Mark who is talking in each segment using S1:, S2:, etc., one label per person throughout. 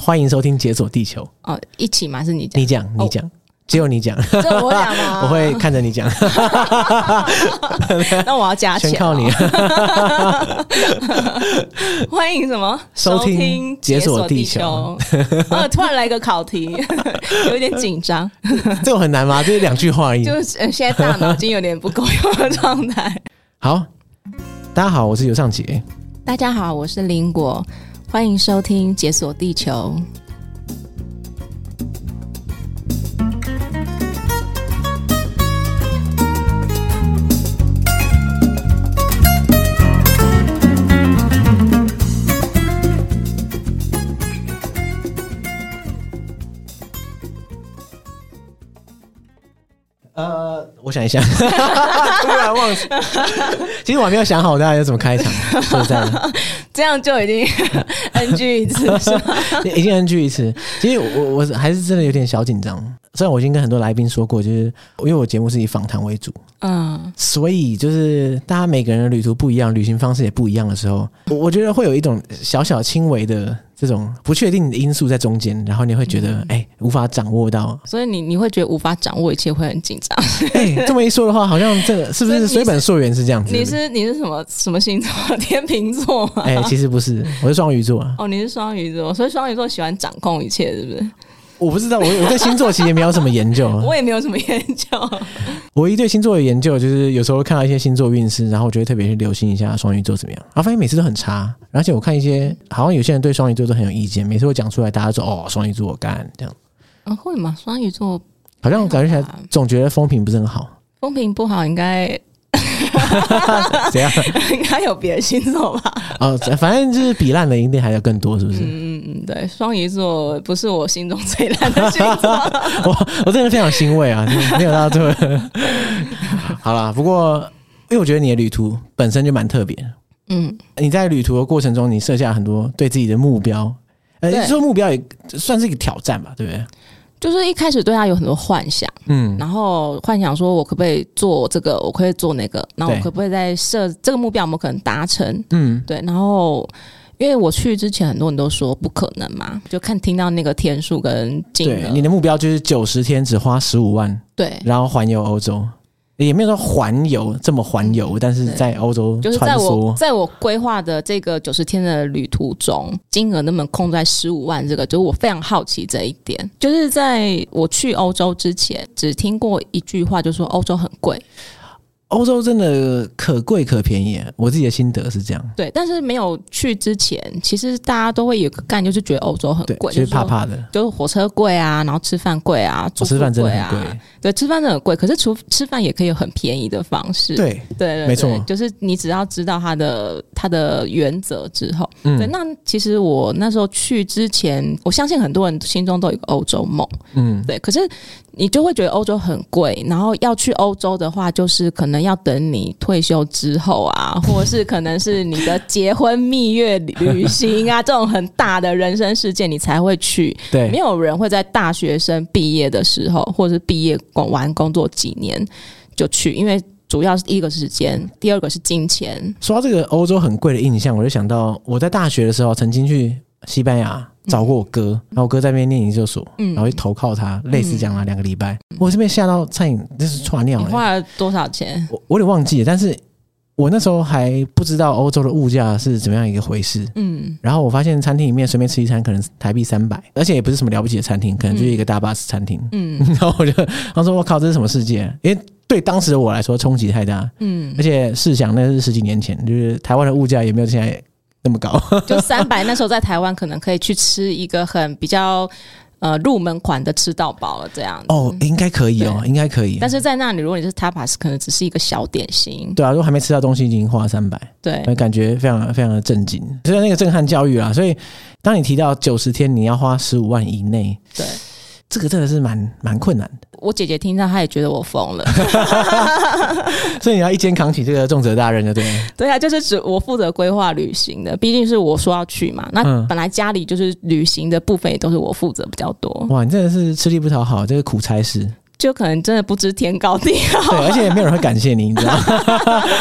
S1: 欢迎收听《解锁地球》。
S2: 哦，一起吗？是你 讲
S1: 你，讲，你讲，只有你讲，
S2: 这我讲吗？
S1: 我会看着你讲，
S2: 那我要加钱
S1: 全
S2: 哦、
S1: 靠你。
S2: 欢迎什么？
S1: 收听解锁地球
S2: 球。 呃，突然来个考题， 有点紧张，
S1: 这个很难吗？这是两句话而已。
S2: 就是、呃、现在大脑筋有点不够用的状态。
S1: 好，大家好，我是尤尚杰。
S2: 大家好，我是林果，欢迎收听《解锁地球》。
S1: 呃，我想一下， 突然忘记。其实我还没有想好大家要怎么开场，说实在的，
S2: 这样就已经 NG 一次是吧？
S1: 已经 NG 一次。其实我我还是真的有点小紧张。虽然我已经跟很多来宾说过，就是因为我节目是以访谈为主，
S2: 嗯，
S1: 所以就是大家每个人的旅途不一样，旅行方式也不一样的时候，我我觉得会有一种小小轻微的这种不确定的因素在中间，然后你会觉
S2: 嗯
S1: 得哎、无法掌握 到。
S2: 所以你你会觉得无法掌握一切，会很紧张。
S1: 哎、这么一说的话，好像这个是不
S2: 所以
S1: 是
S2: 你是
S1: 随本溯源是这样子？
S2: 你是你是什么什么星座？ 天秤座吗？
S1: 哎、其实不是，我是双鱼座啊。
S2: 哦，你是双鱼座，所以双鱼座喜欢掌控一切，是不是？
S1: 我不知道，我我对星座其实也没有什么研究。
S2: 我也没有什么研究。
S1: 唯一对星座的研究就是有时候看到一些星座运势，然后我就会特别去留心一下双鱼座怎么样，然啊后发现每次都很差。而且我看一些好像有些人对双鱼座都很有意见，每次我讲出来，大家说哦，双鱼座干这样，
S2: 嗯，会吗？双鱼座
S1: 好像感觉起来
S2: 啊
S1: 总觉得风评不是很好。
S2: 风评不好，应该
S1: 怎样？
S2: 应该有别的星座吧？
S1: 哦，反正就是比烂的一定还有更多，是不是？
S2: 嗯嗯，对，双鱼座不是我心中最烂的星座。
S1: 我我真的非常欣慰啊，没有到这么。 好啦，不过因为我觉得你的旅途本身就蛮特别的，
S2: 嗯，
S1: 你在旅途的过程中，你设下很多对自己的目标，呃，
S2: 对
S1: 说目标也算是一个挑战吧，对不对？
S2: 就是一开始对他有很多幻想，
S1: 嗯，
S2: 然后幻想说我可不可以做这个，我可不可以做那个，然后我
S1: 对
S2: 可不可以在设这个目标，有没有可能达成？
S1: 嗯，
S2: 对，然后因为我去之前，很多人都说不可能嘛，就看听到那个天数跟金
S1: 对，
S2: 额
S1: 你，的目标就是九十天只花十五万，
S2: 对，
S1: 然后环游欧洲，也没有说环游这么环游，但是在欧洲
S2: 嗯就是在
S1: 穿
S2: 我
S1: 梭，
S2: 在我规划的这个九十天的旅途中，金额能不能控在十五万？这个就是我非常好奇这一点。就是在我去欧洲之前，只听过一句话，就说欧洲很贵，
S1: 欧洲真的可贵可便宜，我自己的心得是这样。
S2: 对，但是没有去之前，其实大家都会有个概念，就是觉得欧洲很
S1: 对，
S2: 贵，
S1: 就
S2: 就是
S1: 是怕
S2: 说。
S1: 怕的。
S2: 就是火车贵啊，然后吃饭贵啊，住
S1: 我
S2: 宿
S1: 吃饭真的
S2: 贵啊
S1: 很贵，
S2: 对，吃饭真的很贵。可是除吃饭也可以有很便宜的方式，
S1: 对，
S2: 对对对
S1: 没错
S2: 就是你只要知道它的它的原则之后，对，
S1: 嗯
S2: 那其实我那时候去之前，我相信很多人心中都有一个欧洲梦，
S1: 嗯，
S2: 对。可是你就会觉得欧洲很贵，然后要去欧洲的话，就是可能要等你退休之后 啊，或者是可能是你的结婚蜜月旅行啊，这种很大的人生事件你才会去。没
S1: 对，
S2: 有人会在大学生毕业的时候，或者是毕业工完工作几年就去，因为主要是第一个是时间，第二个是金钱。
S1: 说到这个欧洲很贵的印象，我就想到我在大学的时候曾经去西班牙找过我哥，然后我哥在那边念研究所，
S2: 嗯
S1: 然后去投靠他，类似这样啊，两个礼拜，我这边吓到差点就是窜尿
S2: 你
S1: 了、
S2: 花了多少钱？
S1: 我我有点忘记了，但是我那时候还不知道欧洲的物价是怎么样一个回事。
S2: 嗯，
S1: 然后我发现餐厅里面随便吃一餐可能台币三百，而且也不是什么了不起的餐厅，可能就是一个大巴士餐厅。
S2: 嗯
S1: 然后我就，他说我靠，这是什么世界？因为对当时的我来说冲击太大，
S2: 嗯
S1: 而，且试想，那是十几年前，就是台湾的物价也没有现在那么高。
S2: 就三百。那时候在台湾可能可以去吃一个很比较呃入门款的吃到饱了这样子。
S1: 哦，应该可以哦，应该可以。
S2: 但
S1: 是
S2: 是在那里，如果你是 tapas，可能只是一个小点心。
S1: 对啊，如果还没吃到东西，已经花了三百，
S2: 对，
S1: 感觉非常非常的震惊，所以那个震撼教育啦。所以当你提到九十天你要花十五万以内，
S2: 对，
S1: 这个真的是蛮蛮困难的，
S2: 我姐姐听到她也觉得我疯了。
S1: 所以你要一肩扛起这个重责大任的，对 了。
S2: 对啊，就是指我负责规划旅行的，毕竟是我说要去嘛。那
S1: 嗯
S2: 本来家里就是旅行的部分也都是我负责比较多。
S1: 哇，你真的是吃力不讨好，这个苦差事。
S2: 就可能真的不知天高地 厚。
S1: 对，而且也没有人会感谢你，你知道吗？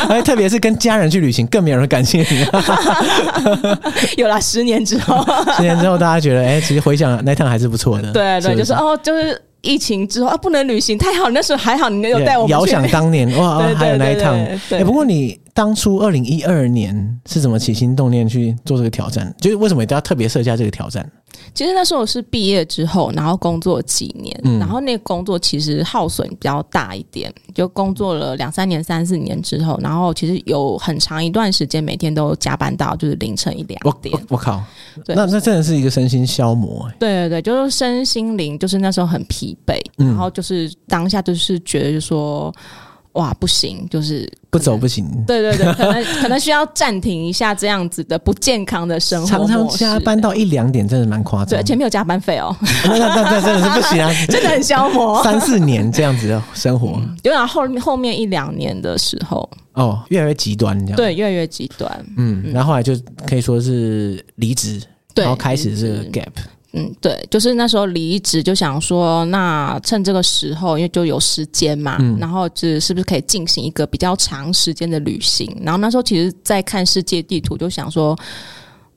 S1: 而且特别是跟家人去旅行，更没有人会感谢你。
S2: 有了十年之后，
S1: 十年之后，大家觉得，哎、其实回想那趟还是不错的。
S2: 对对，
S1: 不
S2: 就是哦，就是疫情之后啊，不能旅行，太好，那时候还好，你有
S1: 对
S2: 带我
S1: 遥
S2: 们去
S1: 想。当年，哇， 哦
S2: 对对
S1: 还有那一
S2: 对
S1: 趟。
S2: 对对
S1: 哎不过你当初二零一二年是怎么起心动念去做这个挑战？就是为什么一定要特别设下这个挑战？
S2: 其实那时候我是毕业之后，然后工作几年，
S1: 嗯
S2: 然后那个工作其实耗损比较大一点，就工作了两三年、三四年之后，然后其实有很长一段时间每天都加班到就是凌晨一
S1: 我
S2: 两点
S1: 我。我靠，
S2: 对
S1: 那那真的是一个身心消磨、哎
S2: 对对对，就是身心灵，就是那时候很疲惫，
S1: 嗯
S2: 然后就是当下就是觉得就说，哇，不行，就是
S1: 不走不行。
S2: 对对对，可能可能需要暂停一下这样子的不健康的生活
S1: 常常
S2: 模式
S1: 加班，到一两点，真的蛮夸
S2: 对，
S1: 张
S2: 而
S1: 的。
S2: 且没有加班费哦，
S1: 那那那那真的是不行 啊！
S2: 真的很消磨。
S1: 三四年这样子的生活，
S2: 就然后后后面一两年的时候，
S1: 哦，越来越极端这样。，
S2: 对，越来越极端，
S1: 嗯，然后后来就可以说是离职，
S2: 对，
S1: 然后开始
S2: 离
S1: 这
S2: 职
S1: 个 gap。
S2: 嗯，对，就是那时候离职就想说，那趁这个时候，因为就有时间嘛，
S1: 嗯
S2: 然后就是是不是可以进行一个比较长时间的旅行？然后那时候其实，在看世界地图，就想说。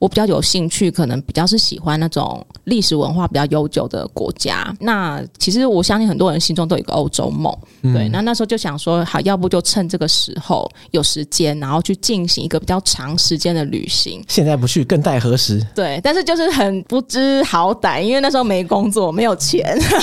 S2: 我比较有兴趣，可能比较是喜欢那种历史文化比较悠久的国家。那其实我相信很多人心中都有一个欧洲梦，对。那那时候就想说，好，要不就趁这个时候有时间，然后去进行一个比较长时间的旅行。
S1: 现在不去更待何 时？
S2: 对，但是就是很不知好歹，因为那时候没工作，没有钱，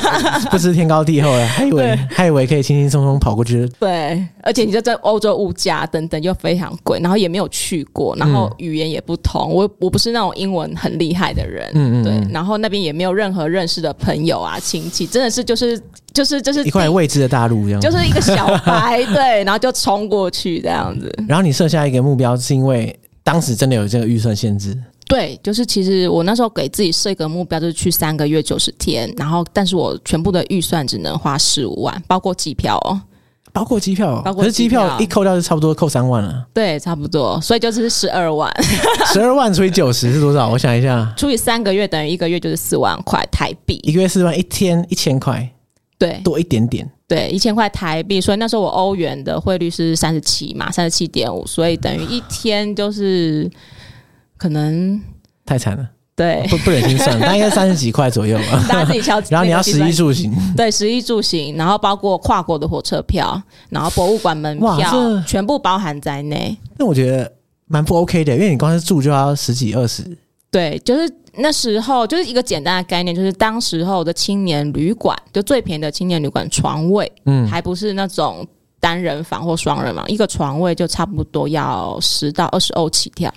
S1: 不知天高地厚了，还以为
S2: 对
S1: 还以为可以轻轻松松跑过去。
S2: 对，而且你就在欧洲物价等等又非常贵，然后也没有去过，然后语言也不同，我我不是那种英文很厉害的人，
S1: 嗯嗯嗯
S2: 对，然后那边也没有任何认识的朋友啊亲戚，真的是就是就是就是
S1: 一块
S2: 地
S1: 未知的大陆这样。
S2: 就是一个小白，对，然后就冲过去这样子，
S1: 然后你设下一个目标，是因为当时真的有这个预算限制。
S2: 对，就是其实我那时候给自己设一个目标，就是去三个月九十天，然后但是我全部的预算只能花十五万，包括机票哦。
S1: 包括机票，
S2: 包括
S1: 可是机
S2: 机
S1: 票
S2: 票
S1: 一扣掉就差不多扣三万了，
S2: 对，差不多，所以就是十二万
S1: 十二万除以九十是多少？我想一下，
S2: 除以三个月等于一个月就是四万块台币。
S1: 一个月四万，一天一千块，
S2: 哎对
S1: 多一点点。
S2: 对，一千块台币，所以那时候我欧元的汇率是三十七嘛，三十七点五，所以等于一天就是可能
S1: 太惨了，
S2: 对，
S1: 不不忍心 算，大概三十几块左右吧。
S2: 大家自己敲那个计算。
S1: 然后你要食衣住行，
S2: 对，食衣住行，然后包括跨国的火车票，然后博物馆门
S1: 哇这
S2: 票，全部包含在内。
S1: 那我觉得蛮不 OK 的，因为你光是住就要十几二十，
S2: 对，就是那时候就是一个简单的概念，就是当时候的青年旅馆，就最便宜的青年旅馆床位，
S1: 嗯，
S2: 还不是那种单人房或双人房，一个床位就差不多要十到二十欧起跳。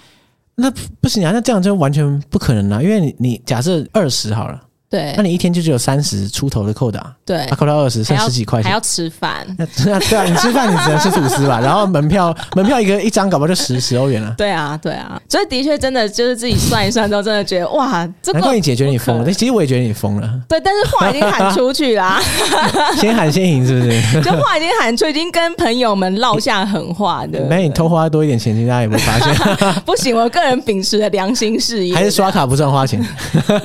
S1: 不行啊，那这样就完全不可能啊，因为你你假设二十好了，
S2: 对
S1: 那你一天就只有三十出头的扣打、啊，
S2: 对
S1: 啊，，扣到二十，剩
S2: 还要
S1: 十几块
S2: 还
S1: 钱。
S2: 要吃饭。
S1: 那那对啊，你吃饭你只能吃吐司 吧，然后门票门票一个一张搞不好就十十欧元了、
S2: 对啊，对啊，所以的确真的就是自己算一算之后，真的觉得哇，这
S1: 难怪
S2: 个
S1: 你姐觉得你疯了，
S2: 不可
S1: 其实我也觉得你疯了，
S2: 对，但是话已经喊出去啦、
S1: 先喊先赢是不是？
S2: 就话已经喊出，已经跟朋友们撂下狠话的。
S1: 没有你偷花多一点钱，其实大家也不会发现，
S2: 不行，我个人秉持的良心事业，
S1: 还是刷卡不算花 钱。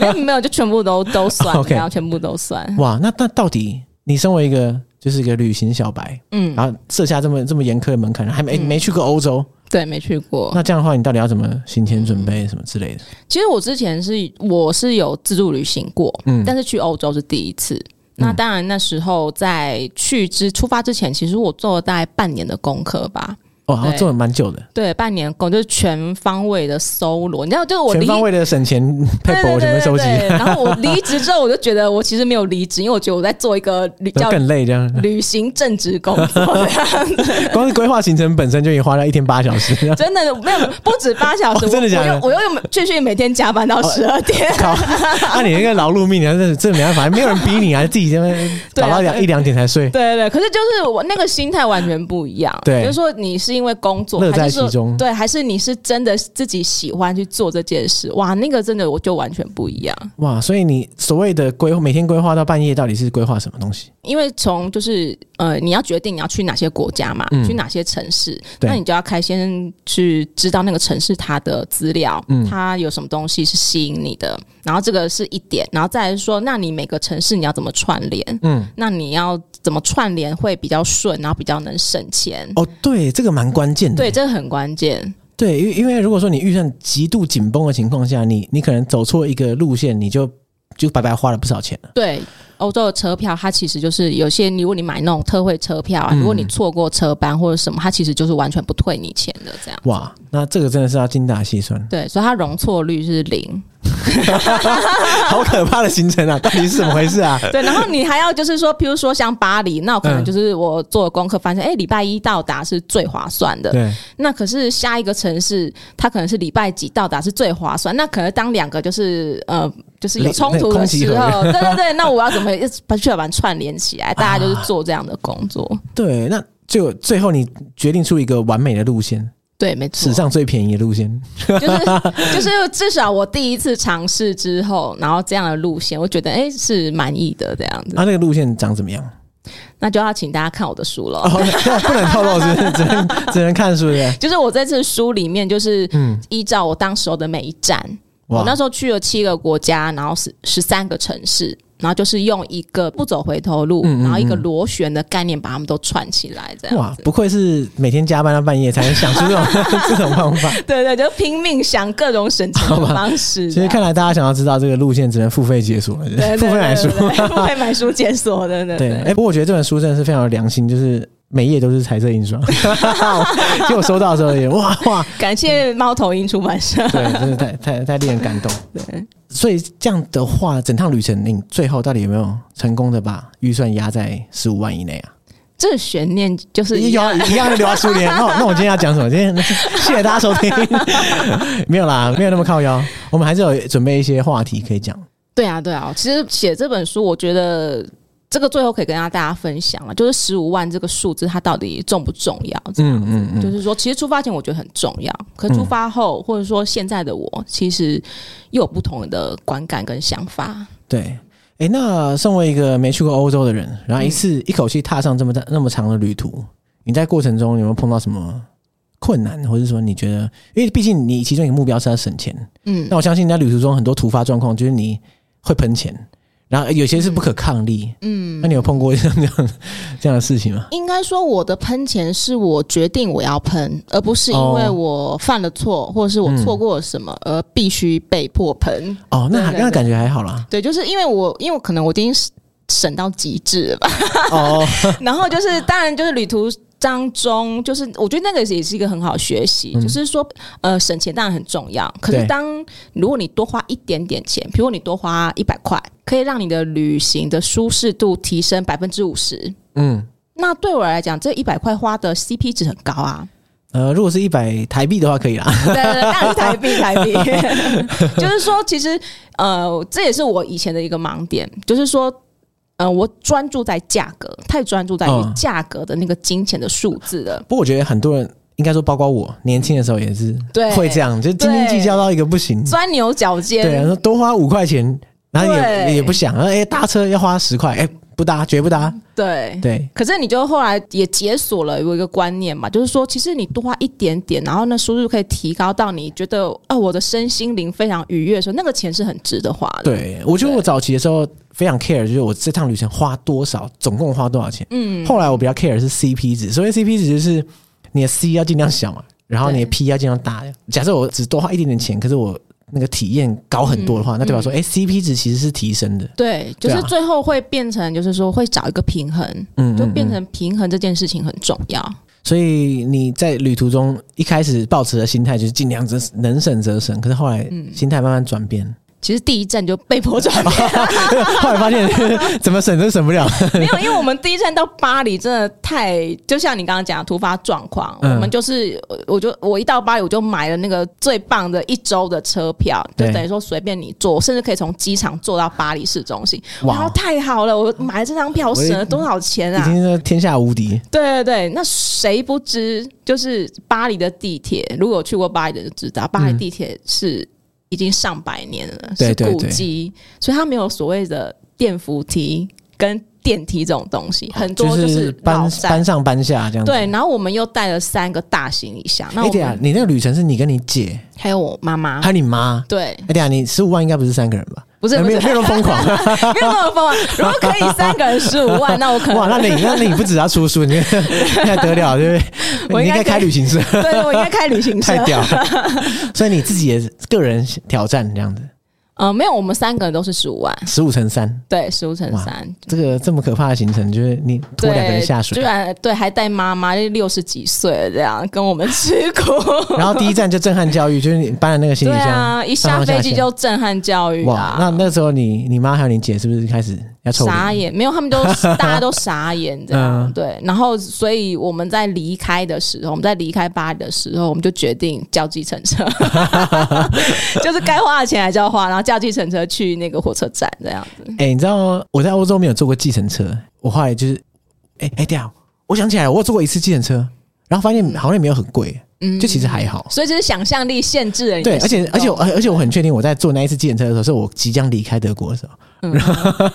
S2: 没有没有，就全部 都都算，
S1: OK
S2: 然后全部都算。
S1: 哇，那那到底你身为一个就是一个旅行小白，
S2: 嗯，
S1: 然后设下这么这么严苛的门槛，还没、没去过欧洲，
S2: 对，没去过。
S1: 那这样的话，你到底要怎么行前准备什么之类的？
S2: 其实我之前是我是有自助旅行过，
S1: 嗯
S2: 但是去欧洲是第一次。那当然，那时候在去之出发之前，其实我做了大概半年的功课吧。
S1: 哦，好像
S2: 对
S1: 做了蛮久的，
S2: 对，半年功就是全方位的搜罗。你知道，就是我
S1: 全
S2: 离
S1: 方位的省钱配博全部收集，
S2: 对 对对对对然后我离职之后，我就觉得我其实没有离职，因为我觉得我在做一个 旅
S1: 然
S2: 叫
S1: 后更累这样。
S2: 旅行正职工作这样子，
S1: 光是规划行程本身就已经花了一天八小时，
S2: 真的没有不止八小时，
S1: 哦真的假的哦
S2: 我我又我又继续每天加班到十二点。
S1: 靠！那、你那个劳碌命，你还是这没办法，没有人逼你，还自己在那边
S2: 对啊
S1: 搞到两、
S2: 对
S1: 一两点才睡，
S2: 对对对，可是就是我那个心态完全不一样，
S1: 对
S2: 就是说你是因为工作，
S1: 乐在
S2: 还是说
S1: 其中
S2: 对，还是你是真的自己喜欢去做这件事，哇，那个真的我就完全不一样，
S1: 哇！所以你所谓的规每天规划到半夜，到底是规划什么东西？
S2: 因为从就是呃，你要决定你要去哪些国家嘛，
S1: 嗯
S2: 去哪些城市，
S1: 对
S2: 那你就要开先去知道那个城市它的资料，
S1: 嗯
S2: 它有什么东西是吸引你的，然后这个是一点，然后再来是说，那你每个城市你要怎么串联？
S1: 嗯，
S2: 那你要怎么串联会比较顺，然后比较能省钱。
S1: 哦，对，这个蛮关键的。
S2: 对，这很关键。
S1: 对，因为因为如果说你预算极度紧绷的情况下，你你可能走错一个路线，你就就白白花了不少钱了。
S2: 对，欧洲的车票它其实就是有些，如果你买那种特惠车票啊，
S1: 嗯
S2: 如果你错过车班或者什么，它其实就是完全不退你钱的这样。，
S1: 哇，那这个真的是要精打细算
S2: 对，所以它容错率是零。
S1: 好可怕的行程啊！到底是怎么回事 啊？
S2: 对，然后你还要就是说，譬如说像巴黎，那我可
S1: 嗯
S2: 能就是我做功课发现，哎、礼拜一到达是最划算的。
S1: 对，
S2: 那可是下一个城市，它可能是礼拜几到达是最划算。那可能当两个就是呃，就是有冲突的时
S1: 那个
S2: 候，对对对，那我要怎么把去把它串联起来？大家就是做这样的工作。
S1: 对，那就最后你决定出一个完美的路线，
S2: 对，没错
S1: 史，上最便宜的路线。
S2: 就是就是至少我第一次尝试之后，然后这样的路线，我觉得哎、是满意的这样子。
S1: 啊，那个路线长怎么样？
S2: 那就要请大家看我的书了。
S1: 哦，不能透露，是不是只能只能看，是不是？
S2: 就是我这次书里面，就是
S1: 嗯
S2: 依照我当时候的每一站， 我那时候去了七个国家，然后十十三个城市，然后就是用一个不走回头路，
S1: 嗯嗯嗯
S2: 然后一个螺旋的概念把他们都串起来，这样
S1: 哇
S2: 子，。
S1: 不愧是每天加班到半夜才能想出这种这种方法。
S2: 对对，就拼命想各种省钱
S1: 好
S2: 的
S1: 吧
S2: 方式
S1: 其
S2: 这
S1: 实
S2: 样。
S1: 看来大家想要知道这个路线，只能付费解锁了，
S2: 对对
S1: 付费来说。
S2: 对对对付费买书解锁，对对
S1: 对，
S2: 对
S1: 哎、。不过我觉得这本书真的是非常有良心，就是每页都是彩色印 刷。 就我 收到的时候也哇哇，
S2: 感谢猫头鹰出版社。
S1: 对，真是太太太令人感动。
S2: 对，
S1: 所以这样的话，整趟旅程你最后到底有没有成功的把预算压在十五万以内啊？
S2: 这个悬念就是一
S1: 一
S2: 样
S1: 样一样的留在书里。那哦我那我今天要讲什么？今天谢谢大家收听， 没有啦，没有那么靠腰，我们还是有准备一些话题可以讲。
S2: 对啊，对啊，其实写这本书，我觉得这个最后可以跟大家分享啊，就是十五万这个数字它到底重不重要？
S1: 嗯嗯嗯，
S2: 就是说，其实出发前我觉得很重要，可是出发后、或者说现在的我，其实又有不同的观感跟想法。
S1: 对。哎，那身为一个没去过欧洲的人，然后一次、
S2: 嗯
S1: 一口气踏上这么大那么长的旅途，你在过程中有没有碰到什么困难，或者说你觉得，因为毕竟你其中一个目标是要省钱，
S2: 嗯
S1: 那我相信你在旅途中很多突发状况，就是你会喷钱，然后有些是不可抗力。
S2: 嗯，
S1: 那你有碰过 像这样这样的事情吗？
S2: 应该说我的喷钱是我决定我要喷，而不是因为
S1: 哦
S2: 我犯了错，或者是我
S1: 嗯
S2: 错过了什么、而必须被迫喷。
S1: 哦，那还
S2: 对对对
S1: 那感觉还好 啦。
S2: 对，就是因为我，因为我可能我已经省到极致了吧。
S1: 哦，
S2: 然后就是，当然就是旅途当中，就是我觉得那个也是一个很好的学习，
S1: 嗯
S2: 就是说，呃，省钱当然很重要，可是
S1: 对
S2: 当如果你多花一点点钱，比如你多花一百块，可以让你的旅行的舒适度提升百分之五十。
S1: 嗯，
S2: 那对我来讲，这一百块花的 CP 值很高啊！
S1: 呃，如果是一百台币的话，可以啦。
S2: 对对对，那是台币台 币，就是说，其实呃，这也是我以前的一个盲点，就是说，呃，我专注在价格，太专注在于
S1: 嗯
S2: 价格的那个金钱的数字了。
S1: 不过我觉得很多人，应该说包括我，年轻的时候也是
S2: 对
S1: 会这样，就是斤斤计较到一个不行。
S2: 钻牛角
S1: 对，
S2: 尖。
S1: 然后多花五块钱，然后也
S2: 对
S1: 也不想，然后哎搭车要花十块，哎不搭绝不搭，
S2: 对
S1: 对，
S2: 可是你就后来也解锁了有一个观念嘛，就是说，其实你多花一点点，然后那收入可以提高到你觉得啊，我的身心灵非常愉悦的时候，那个钱是很值得花的。
S1: 对我觉得我早期的时候非常 care，就是我这趟旅程花多少，总共花多少钱。
S2: 嗯，
S1: 后来我比较 care 的是 CP 值，所以 CP 值就是你的 C 要尽量小嘛，然后你的
S2: 对
S1: P 要尽量大。假设我只多花一点点钱，可是我那个体验高很多的
S2: 嗯
S1: 话，那代表说，哎、c p 值其实是提升的。
S2: 对，就
S1: 对
S2: 是
S1: 啊
S2: 最后会变成，就是说会找一个平衡，
S1: 嗯，
S2: 就
S1: 嗯
S2: 变。
S1: 嗯
S2: 成平衡这件事情很重要。
S1: 所以你在旅途中一开始抱持的心态就是尽量只能省则省，可是后来
S2: 嗯
S1: 心态慢慢转变，
S2: 其实第一站就被迫转变，
S1: 后来发现 怎么省都省不 了。
S2: 没有，因为我们第一站到巴黎真的太，就像你刚刚讲的突发状况，
S1: 嗯
S2: 我们就是，我我就我一到巴黎我就买了那个最棒的一周的车票，就
S1: 对
S2: 等于说随便你坐，甚至可以从机场坐到巴黎市中心，然后
S1: 哇，
S2: 太好了，我买了这张票，我省了多少钱
S1: 已
S2: 啊？
S1: 经是天下无敌。
S2: 对对对，那谁不知？就是巴黎的地铁，如果有去过巴黎的人就知道，巴黎地铁是已经上百年了，
S1: 对对
S2: 是古
S1: 对
S2: 迹，所以它没有所谓的电扶梯跟电梯这种东西，很多
S1: 就是搬
S2: 老站
S1: 搬。上搬下这样子。
S2: 对，然后我们又带了三个大行李箱，那
S1: 哎
S2: 我
S1: 对啊
S2: 们，
S1: 你那个旅程是你跟你姐
S2: 还有我妈妈
S1: 还，有你妈。
S2: 对，
S1: 哎，对啊，你十五万应该不是三个人吧？
S2: 不是
S1: 哎
S2: 不
S1: 没
S2: 是
S1: 有没有那么疯狂。
S2: 没有那么疯啊！如果可以三个人十五 万，那我可能
S1: 哇，那你那你不止要出书，你 那得了，对不对？
S2: 我
S1: 你
S2: 应
S1: 应
S2: 该
S1: 该开旅行 社，
S2: 对我应该开旅行社
S1: 太。屌了。所以你自己也是个人挑战这样子，
S2: 嗯，没有，我们三个人都是十五万，
S1: 十五乘三，
S2: 对，十五乘
S1: 哇
S2: 三。
S1: 这个这么可怕的行程，就是你拖两个人
S2: 对，啊
S1: 下
S2: 居
S1: 水，啊
S2: 然对还带妈妈，就六十几岁了这样跟我们吃苦。
S1: 然后第一站就震撼教育，就是你搬了那个行
S2: 对
S1: 李箱，
S2: 啊，一
S1: 上
S2: 下
S1: 上下
S2: 飞机
S1: 下
S2: 就震撼教育
S1: 哇，那
S2: 啊！
S1: 那时候你你妈还有你姐是不是开始要臭脸？
S2: 傻眼，没有，他们 都大家都傻眼啊这样。
S1: 嗯
S2: 对，然后所以我们在离开的时候，我们在离开巴黎的时候，我们就决定叫计程 车，就是该花的钱还是要花，然后叫计程车去那个火车站这样子。
S1: 哎、你知道我在欧洲没有坐过计程车，我后来就是，哎、哎，对啊，我想起来了，我有坐过一次计程车，然后发现好像也没有很贵，
S2: 嗯
S1: 就其实还好。
S2: 所以就是想象力限制了你的
S1: 对，而且
S2: 行动
S1: 而且我而且我很确定，我在坐那一次计程车的时候，是我即将离开德国的时候，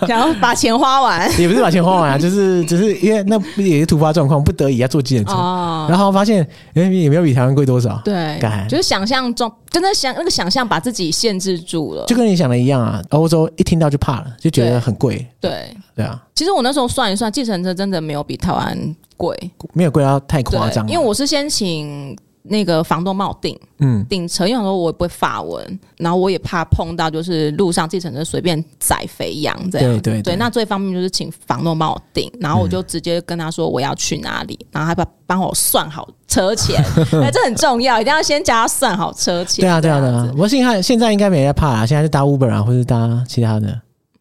S2: 想要把钱花 完
S1: 也不是把钱花完啊，就是只是因为那也是突发状况，不得已要坐计程车，
S2: 哦。
S1: 然后发现哎、也没有比台湾贵多少，
S2: 对
S1: 干，
S2: 就是想象中，真的想那个想象把自己限制住了
S1: 就。跟你想的一样啊，欧洲一听到就怕了，就觉
S2: 对
S1: 得很贵，
S2: 对，
S1: 对啊，
S2: 其实我那时候算一算，计程车真的没有比台湾贵，
S1: 没有贵到太
S2: 对
S1: 夸张，，啊
S2: 因为我是先请那个房东帮我订
S1: 嗯，
S2: 订车，因为我想说我也不会法文，然后我也怕碰到就是路上计程车随便宰肥羊这样。
S1: 对对嗯
S2: 对，
S1: 对，
S2: 那最方便就是请房东帮我订，然后我就直接跟他说我要去哪里，然后他帮帮我算好 车钱，哎，这很重要，一定要先叫他算好车钱。
S1: 对啊，对啊，
S2: 这
S1: 对
S2: 样
S1: 啊
S2: 子。
S1: 不过现在现在应该没人在怕啦，现在是搭 Uber 啊，或者搭其他的，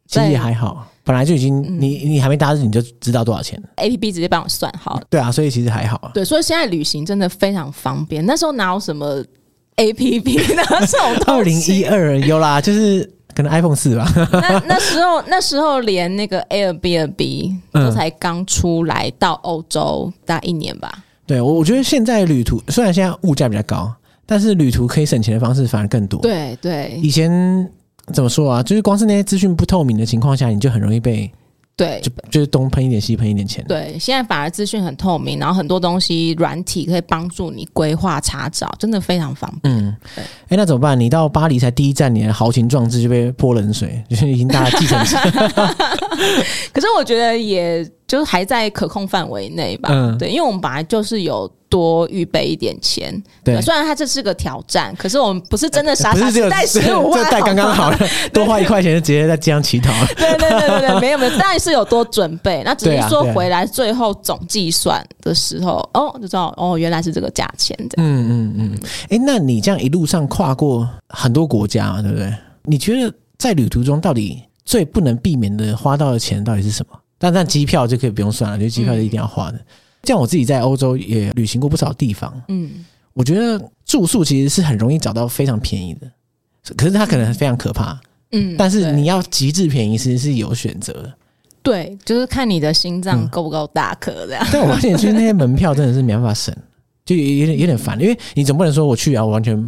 S1: 其实
S2: 对嗯
S1: 也还好。本来就已经你你还没搭，你就知道多少钱了。
S2: A P P 直接帮我算好。
S1: 对啊，所以其实还 好。
S2: 对，所以现在旅行真的非常方便。那时候哪有什么 A P P 呢？这种
S1: 二
S2: 东
S1: 零一
S2: 西，
S1: 二有啦，就是可能 iPhone 四吧。
S2: 那那时候那时候连那个 Airbnb
S1: 嗯
S2: 都才刚出来到欧洲大概一年吧。
S1: 对我我觉得现在旅途虽然现在物价比较高，但是旅途可以省钱的方式反而更多。，
S2: 对对
S1: 以前。怎么说啊？就是光是那些资讯不透明的情况下，你就很容易被
S2: 对
S1: 就就是东喷一点西喷一点钱。
S2: 对，现在反而资讯很透明，然后很多东西软体可以帮助你规划查找，真的非常方便。
S1: 嗯，
S2: 对
S1: 哎、那怎么办？你到巴黎才第一站，你的豪情壮志就被泼冷水， 就是已经搭了计程车。
S2: 可是我觉得也就是还在可控范围内吧。
S1: 嗯
S2: 对，因为我们本来就是有多预备一点钱。
S1: 对，
S2: 呃
S1: 呃
S2: 虽然它这是个挑战，可是我们不是真的傻
S1: 不
S2: 傻
S1: 是只有
S2: 带十 五万，
S1: 这带刚刚好
S2: 吗。
S1: 了，多花一块钱就直接在街上乞讨 了。
S2: 对对对对对，没有没有，当然是有多准备。那只
S1: 对
S2: 是
S1: 啊
S2: 说
S1: 对啊
S2: 回来最后总计算的时候，哦，就知道哦，原来是这个价钱这样。
S1: 嗯嗯嗯。哎、那你这样一路上跨过很多国家啊嘛，对不对？你觉得在旅途中到底最不能避免的花到的钱到底是什么？但但机票就可以不用算了，就机票是一定要花的。像我自己在欧洲也旅行过不少地方，
S2: 嗯，
S1: 我觉得住宿其实是很容易找到非常便宜的，可是它可能非常可怕。
S2: 嗯
S1: 但是你要极致便宜，其实是有选择的。
S2: 对，对就是看你的心脏
S1: 嗯
S2: 够不够大颗这样。
S1: 但我发现就是那些门票真的是没办法省，就有有点有点烦，因为你总不能说我去啊，我完全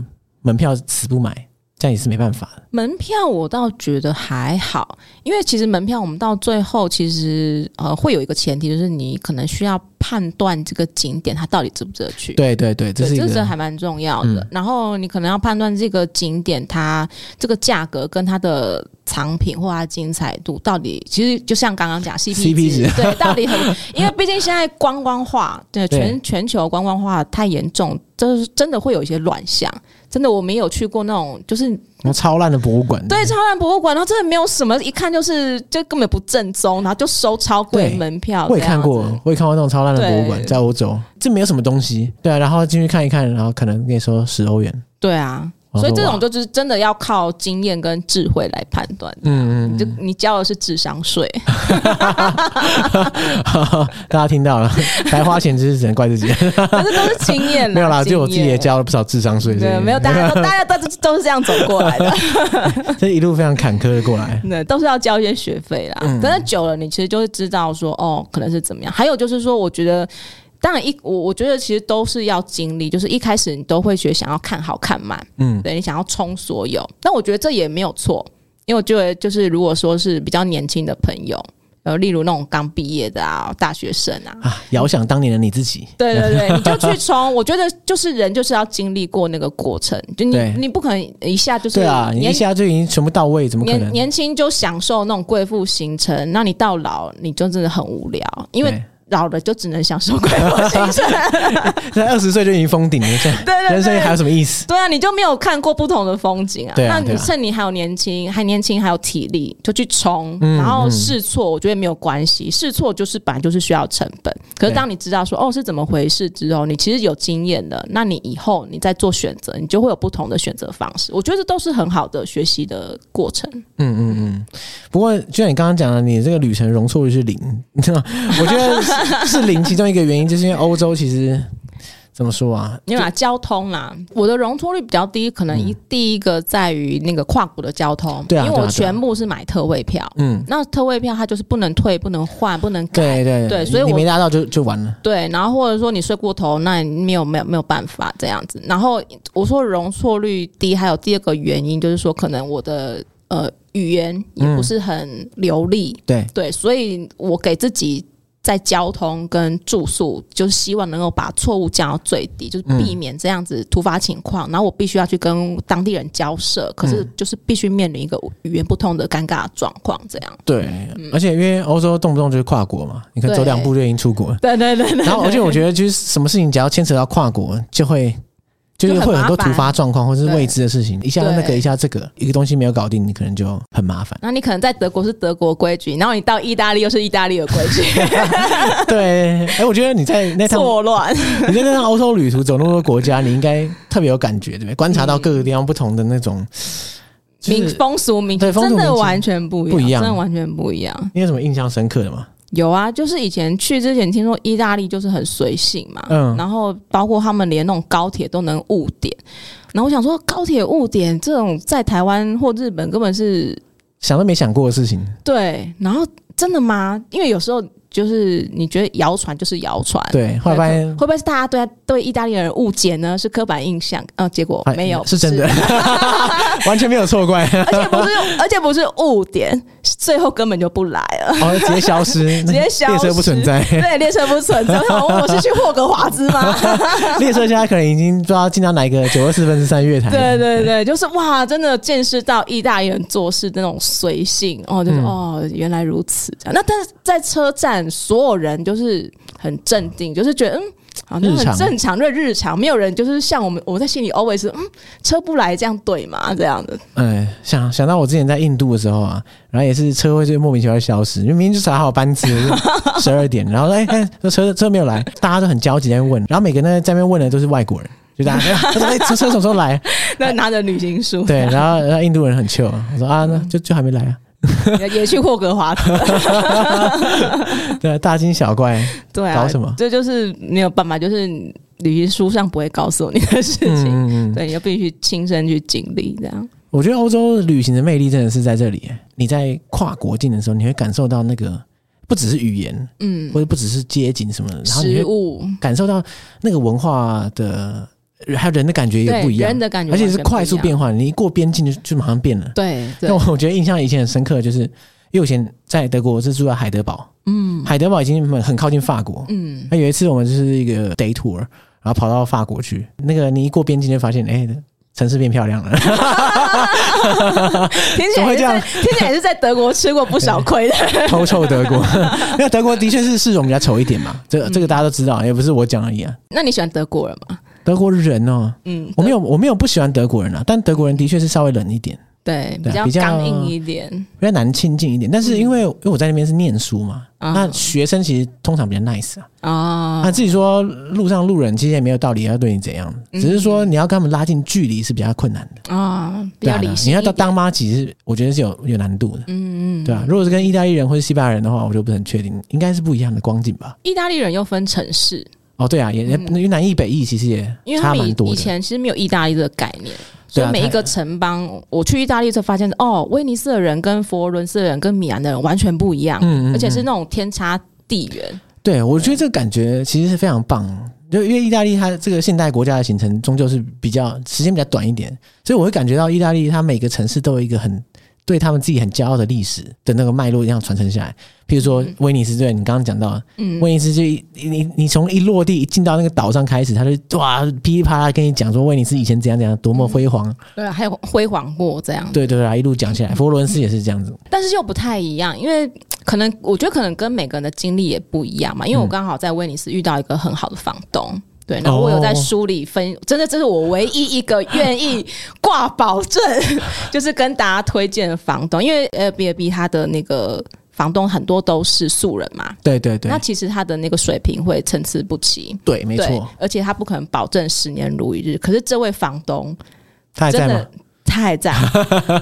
S1: 门票死不买，这样也是没办法的。
S2: 门票我倒觉得还好，因为其实门票我们到最后其实呃会有一个前提，就是你可能需要判断这个景点它到底值不值得去。
S1: 对对对，这
S2: 对，
S1: 是一
S2: 这是
S1: 个
S2: 还蛮重要的。
S1: 嗯
S2: 然后你可能要判断这个景点它这个价格跟它的藏品或它的精彩度到底，其实就像刚刚讲 CP
S1: CP 值
S2: 对，到底很，因为毕竟现在观光化，对
S1: 对
S2: 全全球观光化太严重，就是真的会有一些乱象。真的，我没有去过那种，就是
S1: 什么超烂的博物馆，
S2: 对超烂博物馆，然后真的没有什么，一看就是就根本不正宗，然后就收超贵
S1: 对
S2: 门票。啊
S1: 我也看
S2: 这样
S1: 过
S2: 子，，
S1: 我也看过那种超烂的博物馆，
S2: 对
S1: 在欧洲，这没有什么东西，对啊，然后进去看一看，然后可能跟你说十欧元，
S2: 对啊，
S1: 我
S2: 所以
S1: 说
S2: 这
S1: 哇
S2: 种就是真的要靠经验跟智慧来判断。
S1: 嗯
S2: 你就你交的是智商税，
S1: 嗯，大家听到了，白花钱就是只能怪 自己，
S2: 可是都是经验啦
S1: 没有啦，
S2: 经
S1: 就我自己也
S2: 验。
S1: 交了不少智商税，所以
S2: 对，没有，大家都大家都是都是这样走过来的，
S1: 这一路非常坎坷的过来，
S2: 对，都是要交一些学费啦。
S1: 嗯
S2: 真的久了，你其实就会知道说，哦，可能是怎么样。还有就是说，我觉得，当然一我我觉得其实都是要经历，就是一开始你都会觉得想要看好看满，
S1: 嗯，
S2: 对你想要冲所有，但我觉得这也没有错，因为我觉得就是如果说是比较年轻的朋友，呃，例如那种刚毕业的啊，大学生啊，
S1: 啊，遥想当年的你自己，
S2: 对 对对，你就去冲。我觉得就是人就是要经历过那个过程，就你
S1: 对
S2: 你不可能一下就是
S1: 对啊，你一
S2: 年
S1: 下就已经全部到位，怎么可
S2: 年
S1: 能？
S2: 年轻就享受那种贵妇行程，那你到老你就真的很无聊，因为
S1: 对。
S2: 老了就只能享受贵妇 行程，
S1: 在二十岁就已经封顶了，现在
S2: 对对对
S1: 人生还有什么意思？
S2: 对啊，你就没有看过不同的风景啊。
S1: 对啊
S2: 那
S1: 对
S2: 你
S1: 啊
S2: 趁你还有年轻，还年轻还有体力，就去冲，
S1: 嗯
S2: 然后试错，我觉得没有关系。试错就是本来就是需要成本，可是
S1: 对
S2: 当你知道说哦是怎么回事之后，你其实有经验了，那你以后你再做选择，你就会有不同的选择方式。我觉得这都是很好的学习的过程。
S1: 嗯嗯嗯。不过就像你刚刚讲的，你这个旅程容错率是零， 你知道吗？我觉得是是零，其中一个原因就是因为欧洲其实怎么说啊？
S2: 因为啊，交通啦，我的容错率比较低，可能一、第一个在于那个跨国的交通，
S1: 嗯对啊
S2: 因为
S1: 对啊对
S2: 我
S1: 啊
S2: 全部是买特惠票，
S1: 嗯，
S2: 那特惠票它就是不能退、不能换、不能改，
S1: 对对
S2: 对所以
S1: 你
S2: 我
S1: 没拿到就就完了。
S2: 对，然后或者说你睡过头，那你没有没有没有办法这样子。然后我说容错率低，还有第二个原因就是说，可能我的呃语言也
S1: 嗯
S2: 不是很流利，
S1: 对，
S2: 对，所以我给自己在交通跟住宿，就是希望能够把错误降到最低，就是
S1: 嗯
S2: 避免这样子突发情况。然后我必须要去跟当地人交涉，可
S1: 嗯
S2: 是就是必须面临一个语言不通的尴尬状况，这样。
S1: 对，而且因为欧洲动不动就是跨国嘛，你看走
S2: 嗯对
S1: 两步就已经出国了。
S2: 对对对对
S1: 然后， 而且我觉得，就是什么事情只要牵扯到跨国，就会就是会有很多突发状况或是未知的事情，一下那个，
S2: 对。
S1: 一下这个，一个东西没有搞定，你可能就很麻烦
S2: 那你可能在德国是德国规矩，然后你到意大利又是意大利的规矩，
S1: 对， 哎，我觉得你在那趟
S2: 错乱。
S1: 你在那趟欧洲旅途走那么多国家，你应该特别有感觉，对不对？观察到各个地方不同的那种，就是
S2: 民风俗民
S1: 对
S2: 情
S1: 风俗
S2: 真
S1: 民
S2: 的
S1: 情
S2: 完全不一
S1: 不一样
S2: 真的完全不一样。
S1: 你有什么印象深刻的吗？
S2: 有啊，就是以前去之前听说意大利就是很随性嘛，
S1: 嗯
S2: 然后包括他们连那种高铁都能误点，然后我想说高铁误点这种在台湾或日本根本是
S1: 想都没想过的事情，
S2: 对，然后真的吗？因为有时候就是你觉得谣传就是谣传，
S1: 对，后来发现
S2: 会不会是大家对对意大利人误解呢？是刻板印象？呃，结果
S1: 哎
S2: 没有，
S1: 是真的， 完全没有错 怪，
S2: 而且不是，而且不是误点，是最后根本就不来 了。
S1: 哦，直接消失，
S2: 直接消失
S1: 列车不存在。
S2: 对，列车不存在，我想我是去霍格华兹吗？
S1: 列车现在可能已经不知道进到哪一个九二四分之三月台。
S2: 对对对，就是哇，真的见识到意大利人做事的那种随性哦，就是、
S1: 嗯
S2: 哦，原来如此这样。那但是在车站，所有人就是很镇定，就是觉得嗯。好像
S1: 日常
S2: 很正常，就是日常，没有人就是像我们，我在心里 always 嗯，车不来这样对吗？这样的，
S1: 嗯，想想到我之前在印度的时候啊，然后也是车会就莫名其妙消失，因为明明就查好 班次十二点，然后哎哎，这、车车没有来，大家都很焦急在那边问，然后每个人在那边问的都是外国人。就大家，哎、哎 车车什么时候来？
S2: 那拿着旅行书，
S1: 哎对，然后然后印度人很 chill，啊我说啊，那
S2: 嗯
S1: 就就还没来啊，
S2: 也去霍格华 兹，
S1: 对，大惊小 怪，
S2: 对啊，
S1: 搞什么
S2: 这就是没有办法，就是旅行书上不会告诉你的事
S1: 嗯
S2: 情，
S1: 嗯嗯，
S2: 对，你就必须亲身去经历这样。
S1: 我觉得欧洲旅行的魅力真的是在这里耶。你在跨国境的时候，你会感受到那个不只是语言，
S2: 嗯，
S1: 或者不只是街景什么的，然后你
S2: 食
S1: 会
S2: 物
S1: 感受到那个文化的还有人的感觉也
S2: 对
S1: 不一样
S2: 人，的感觉
S1: 而且
S2: 完
S1: 是
S2: 全不
S1: 快速
S2: 一样
S1: 变化。你一过边境就就马上变了。
S2: 对对
S1: 那，我觉得印象以前很深刻，的就是因为我以前在德国我是住在海德堡，
S2: 嗯
S1: 海德堡已经很很靠近法国。
S2: 嗯，
S1: 那有一次我们就是一个 day tour，然后跑到法国去，那个你一过边境就发现，哎、城市变漂亮了。
S2: 听起
S1: 怎么会
S2: 来
S1: 这
S2: 也是
S1: 样
S2: 在听起来也是在德国吃过不少 亏的。
S1: 偷臭德 国，那德国的确是市容比较丑一点嘛，这个
S2: 嗯
S1: 这个大家都知道，也不是我讲而已啊。
S2: 那你喜欢德国人吗？
S1: 德国人哦，
S2: 嗯，
S1: 我没有我没有不喜欢德国人啊，但德国人的确是稍微冷一点，
S2: 对，
S1: 对
S2: 比
S1: 啊
S2: 较
S1: 比较
S2: 刚硬一点。
S1: 比较难亲近一点。但
S2: 嗯
S1: 是因为、因为我在那边是念书嘛，
S2: 啊
S1: 那学生其实通常比较 nice 啊。
S2: 啊
S1: 那，自己说路上路人其实也没有道理要对你怎样，
S2: 嗯
S1: 只是说你要跟他们拉近距离是比较困难的，
S2: 啊，比
S1: 对
S2: 较
S1: 啊对啊
S2: 理性
S1: 你
S2: 一点。
S1: 要到当妈，其实我觉得是有有难度的。
S2: 嗯嗯，
S1: 对啊，如果是跟意大利人或是西班牙人的话，我就不是很确定，应该是不一样的光景吧。
S2: 意大利人又分城市，
S1: 哦，对啊，也也、因为南意北意其实也
S2: 嗯因为
S1: 差
S2: 他们
S1: 蛮
S2: 以
S1: 多
S2: 以
S1: 的。
S2: 前其实没有意大利这个概念，
S1: 对
S2: 所
S1: 啊
S2: 以每一个城邦，我去意大利才发现，哦，威尼斯的人跟佛罗伦斯的人跟米兰的人完全不一样，
S1: 嗯嗯嗯
S2: 而且是那种天差地远。
S1: 对，我觉得这个感觉其实是非常棒，就因为意大利它这个现代国家的形成终究是比较时间比较短一点，所以我会感觉到意大利它每个城市都有一个很对他们自己很骄傲的历史的那个脉络一样传承下来。譬如说威尼斯，对你刚刚讲到的，
S2: 嗯，
S1: 威尼斯就一你你从一落地一进到那个岛上开始，他就哇噼里啪啦跟你讲说威尼斯以前怎样怎样多么辉煌，
S2: 对啊，还有辉煌过这样，
S1: 对对对啊，一路讲起
S2: 嗯
S1: 来，佛罗伦斯也是这样子，
S2: 但是又不太一样，因为可能我觉得可能跟每个人的经历也不一样嘛。因为我刚好在威尼斯遇到一个很好的房东。对，然后我有
S1: 哦
S2: 在书里分，真的这是我唯一一个愿意挂保证， 就是跟大家推荐的房东，因为呃，B&B 他的那个房东很多都是素人嘛，
S1: 对对对
S2: 那其实他的那个水平会参差不齐，
S1: 对，没
S2: 对
S1: 错，，
S2: 而且他不可能保证十年如一日。可是这位房东
S1: 他还
S2: 真
S1: 在吗
S2: 的？太 赞，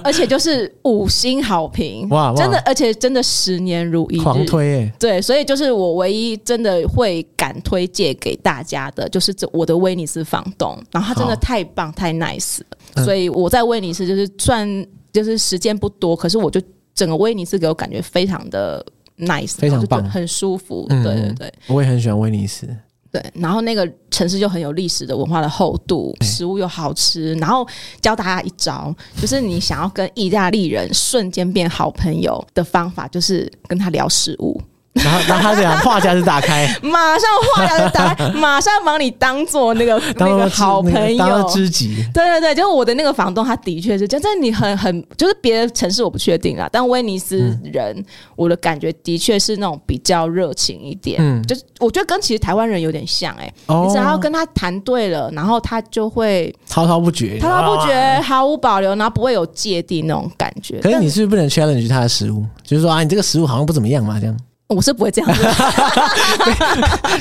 S2: 而且就是五星好评，
S1: 哇哇
S2: 真的，而且真的十年如一
S1: 狂
S2: 日。
S1: 推耶、
S2: 对，所以就是我唯一真的会敢推荐给大家的，就是这我的威尼斯房东，然后他真的
S1: 好
S2: 太棒太 nice，了
S1: 嗯
S2: 所以我在威尼斯就是算就是时间不多，可是我就整个威尼斯给我感觉非常的 nice，
S1: 非常棒
S2: 然后就很舒服，
S1: 嗯
S2: 对对
S1: 嗯
S2: 对
S1: 我也很喜欢威尼斯，
S2: 对，然后那个城市就很有历史的文化的厚度，
S1: 对
S2: 食物又好吃，然后教大家一招，就是你想要跟意大利人瞬间变好朋友的方法，就是跟他聊食物。
S1: 然后然后他这样话匣子打开，
S2: 马上话聊就打 开，马上把你当做那个
S1: 当
S2: 那
S1: 做
S2: 个
S1: 知
S2: 好朋
S1: 那个
S2: 友。
S1: 当做知己，
S2: 对对对，就是我的那个房东，他的确是这样。但你很很，就是别的城市我不确定啦，但威尼斯人，
S1: 嗯
S2: 我的感觉的确是那种比较热情一点。
S1: 嗯
S2: 就是我觉得跟其实台湾人有点像哎、
S1: 哦
S2: 你只要跟他谈对了，然后他就会
S1: 滔滔不绝，
S2: 滔滔不
S1: 哇。
S2: 绝、毫无保留，然后不会有芥蒂那种感觉。
S1: 哎可是
S2: 但
S1: 你是不是不能 challenge 他的食物？就是说啊，你这个食物好像不怎么样嘛，这 样
S2: 我是不会这 样的，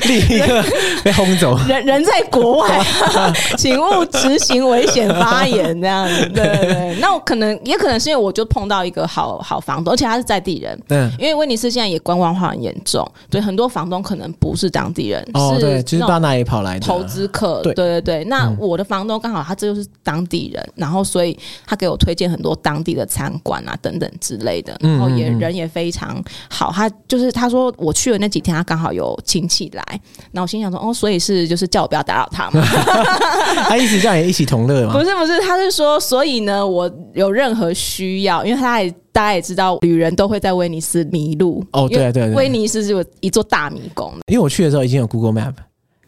S1: 立刻被轰走。
S2: 人人在国外，啊请勿执行危险发言这样子。对对对，那我可能也可能是因为我就碰到一个好好房东，而且他是在地人。
S1: 嗯，
S2: 因为威尼斯现在也观光化很严重，对很多房东可能不是当地人，
S1: 哦，
S2: 是
S1: 对，就是
S2: 那
S1: 到
S2: 种
S1: 那里跑来的
S2: 投资客。
S1: 对嗯
S2: 对对对，那我的房东刚好他这就是当地人，然后所以他给我推荐很多当地的餐馆啊等等之类的，
S1: 嗯
S2: 然后也
S1: 嗯嗯
S2: 人也非常好。他就是他说我去的那几天，他刚好有亲戚来，那我心想说哦，所以是就是叫我不要打扰他 嘛。
S1: 他一直叫你一起同乐嘛
S2: 不。是不是，他是说，所以呢，我有任何需要，因为他也大家也知道，旅人都会在威尼斯迷路。
S1: 哦对啊
S2: 因为
S1: 对啊对啊
S2: 威尼斯是有一座大迷宫的，
S1: 因为我去的时候已经有 Google Map，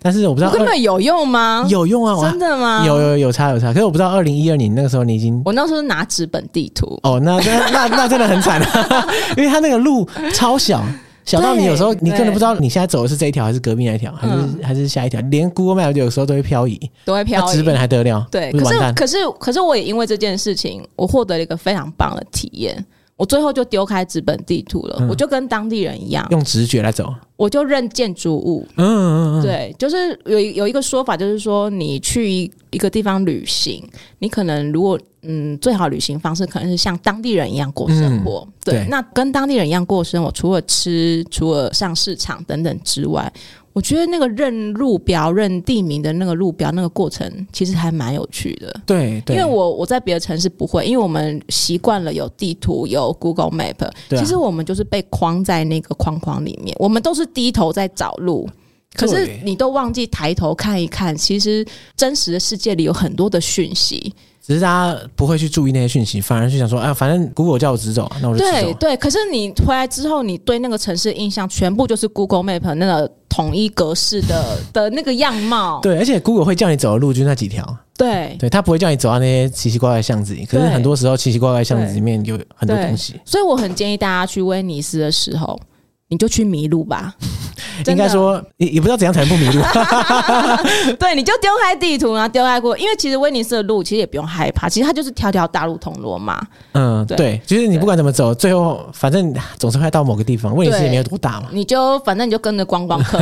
S1: 但是我不知道
S2: 我根本有用吗
S1: 二？有用啊，我
S2: 真的吗？
S1: 有有有差有差。可是我不知道二零一二年那个时候你已经
S2: 我那时候是拿纸本地图，
S1: 哦，那那那那真的很惨啊，因为他那个路超小。小到你有时候你根本不知道你现在走的是这一条还是隔壁那一条，还是、
S2: 嗯
S1: 还是下一条，连 Google Map 有时候都会漂移，
S2: 都会
S1: 那
S2: 漂
S1: 纸
S2: 移。
S1: 本还得了？
S2: 对，
S1: 不
S2: 可
S1: 完
S2: 是
S1: 蛋。
S2: 可是可是我也因为这件事情，我获得了一个非常棒的体验。我最后就丢开纸本地图了，
S1: 嗯
S2: 我就跟当地人一样，
S1: 用直觉来走。
S2: 我就认建筑物，
S1: 嗯嗯嗯，
S2: 对，就是有一有一个说法，就是说你去一一个地方旅行，你可能如果嗯，最好旅行方式可能是像当地人一样过生活。对，
S1: 嗯对
S2: 那跟当地人一样过生活，除了吃、除了上市场等等之外，我觉得那个认路标、认地名的那个路标那个过程，其实还蛮有趣的。
S1: 对对，
S2: 因为我我在别的城市不会，因为我们习惯了有地图、有 Google Map，、
S1: 对啊
S2: 其实我们就是被框在那个框框里面，我们都是低头在找路。可是
S1: 对
S2: 你都忘记抬头看一看，其实真实的世界里有很多的讯息。
S1: 只是大家不会去注意那些讯息，反而是想说，哎，反正 Google 叫我直走啊，那我就直
S2: 对
S1: 走。
S2: 对，可是你回来之后，你对那个城市印象全部就是 Google Map 那个统一格式的 的那个样貌。
S1: 对，而且 Google 会叫你走的路就那几条，
S2: 对
S1: 对，它不会叫你走到那些奇奇怪怪的巷子里。可是
S2: 对
S1: 很多时候，奇奇怪怪的巷子里面有很多东西。
S2: 所以我很建议大家去威尼斯的时候，你就去迷路吧。
S1: 应
S2: 真的
S1: 该说，也也不知道怎样才能不迷路。
S2: 对，你就丢开地图，然后丢开过，因为其实威尼斯的路其实也不用害怕，其实它就是条条大路通罗马。
S1: 嗯，
S2: 对
S1: 对，就是你不管怎么走，最后反正总是会到某个地方。问题是也没有多大嘛。
S2: 你就反正你就跟着观光客，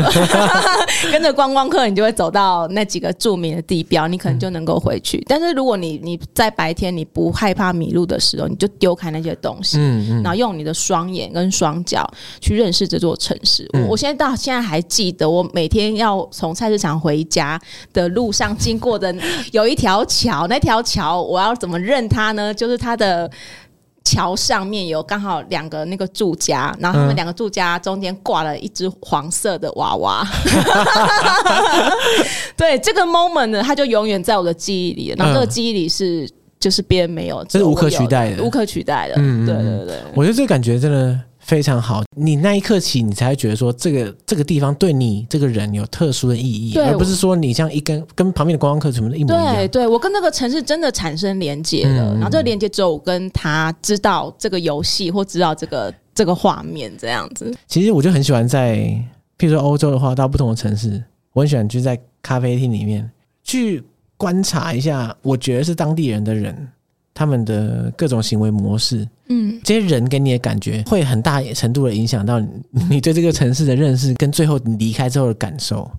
S2: 跟着观光客，你就会走到那几个著名的地标，你可能就能够回去。但是如果你你在白天你不害怕迷路的时候，你就丢开那些东西，
S1: 嗯嗯，
S2: 然后用你的双眼跟双脚去认识这座城市。
S1: 嗯
S2: 我我现在到现在还记得，我每天要从菜市场回家的路上经过的有一条桥，那条桥我要怎么认它呢？就是它的。桥上面有刚好两个那个住家，然后他
S1: 嗯
S2: 们两个住家中间挂了一只黄色的娃娃。 对，这个 moment 呢，它就永远在我的记忆里。然后这个
S1: 嗯
S2: 记忆里是就是别人没有，
S1: 这是无可取代的
S2: 只有我有无可取代的。
S1: 嗯嗯嗯
S2: 对对对，
S1: 我觉得这个感觉真的非常好。你那一刻起，你才会觉得说这个这个地方对你这个人有特殊的意义，
S2: 对
S1: 而不是说你像一跟跟旁边的观光客什么的一模一
S2: 对
S1: 样。
S2: 对，我跟这个城市真的产生连接了，
S1: 嗯嗯
S2: 然后这个连接只有我跟他知道这个游戏或知道这个这个画面这样子。
S1: 其实我就很喜欢在，譬如说欧洲的话，到不同的城市，我很喜欢就在咖啡厅里面去观察一下，我觉得是当地人的人他们的各种行为模式，
S2: 嗯，
S1: 这些人给你的感觉会很大程度的影响到你 你对这个城市的认识，跟最后你离开之后的感受。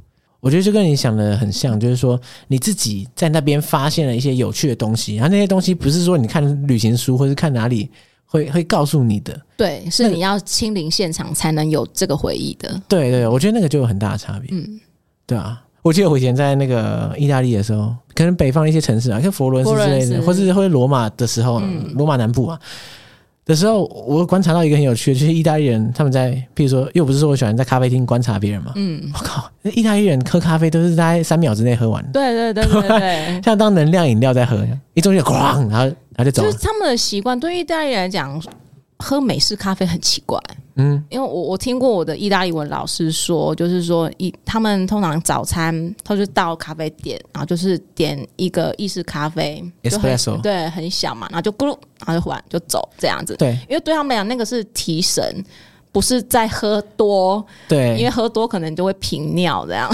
S1: 我觉得就跟你想的很像，就是说你自己在那边发现了一些有趣的东西，然后那些东西不是说你看旅行书或是看哪里会会告诉你的。
S2: 对，是你要亲临现场才能有这个回忆的。
S1: 对对，我觉得那个就有很大的差别。
S2: 嗯，
S1: 对啊，我记得我以前在那个意大利的时候，可能北方的一些城市啊，像佛罗伦斯之类
S2: 佛罗伦
S1: 的，
S2: 斯
S1: 或是或是罗马的时候，
S2: 嗯
S1: 罗马南部啊的时候，我观察到一个很有趣的，就是意大利人他们在，譬如说，因为我不是说我喜欢在咖啡厅观察别人嘛，
S2: 嗯，
S1: 我靠，那意大利人喝咖啡都是大概三秒之内喝完，。
S2: 对对对对对
S1: 像当能量饮料在喝，一中间哐，然后然后就走
S2: 就
S1: 了
S2: 是，他们的习惯，对于意大利人来讲，喝美式咖啡很奇怪。
S1: 嗯，
S2: 因为我我听过我的意大利文老师说，就是说一他们通常早餐他就到咖啡店，然后就是点一个意式咖啡就很
S1: Espresso
S2: 对，很小嘛，然后就咕噜，然后就完就走这样子。
S1: 对
S2: 因为对他们来讲，那个是提神，不是在喝多，因为
S1: 对，
S2: 喝多可能就会频尿这 样。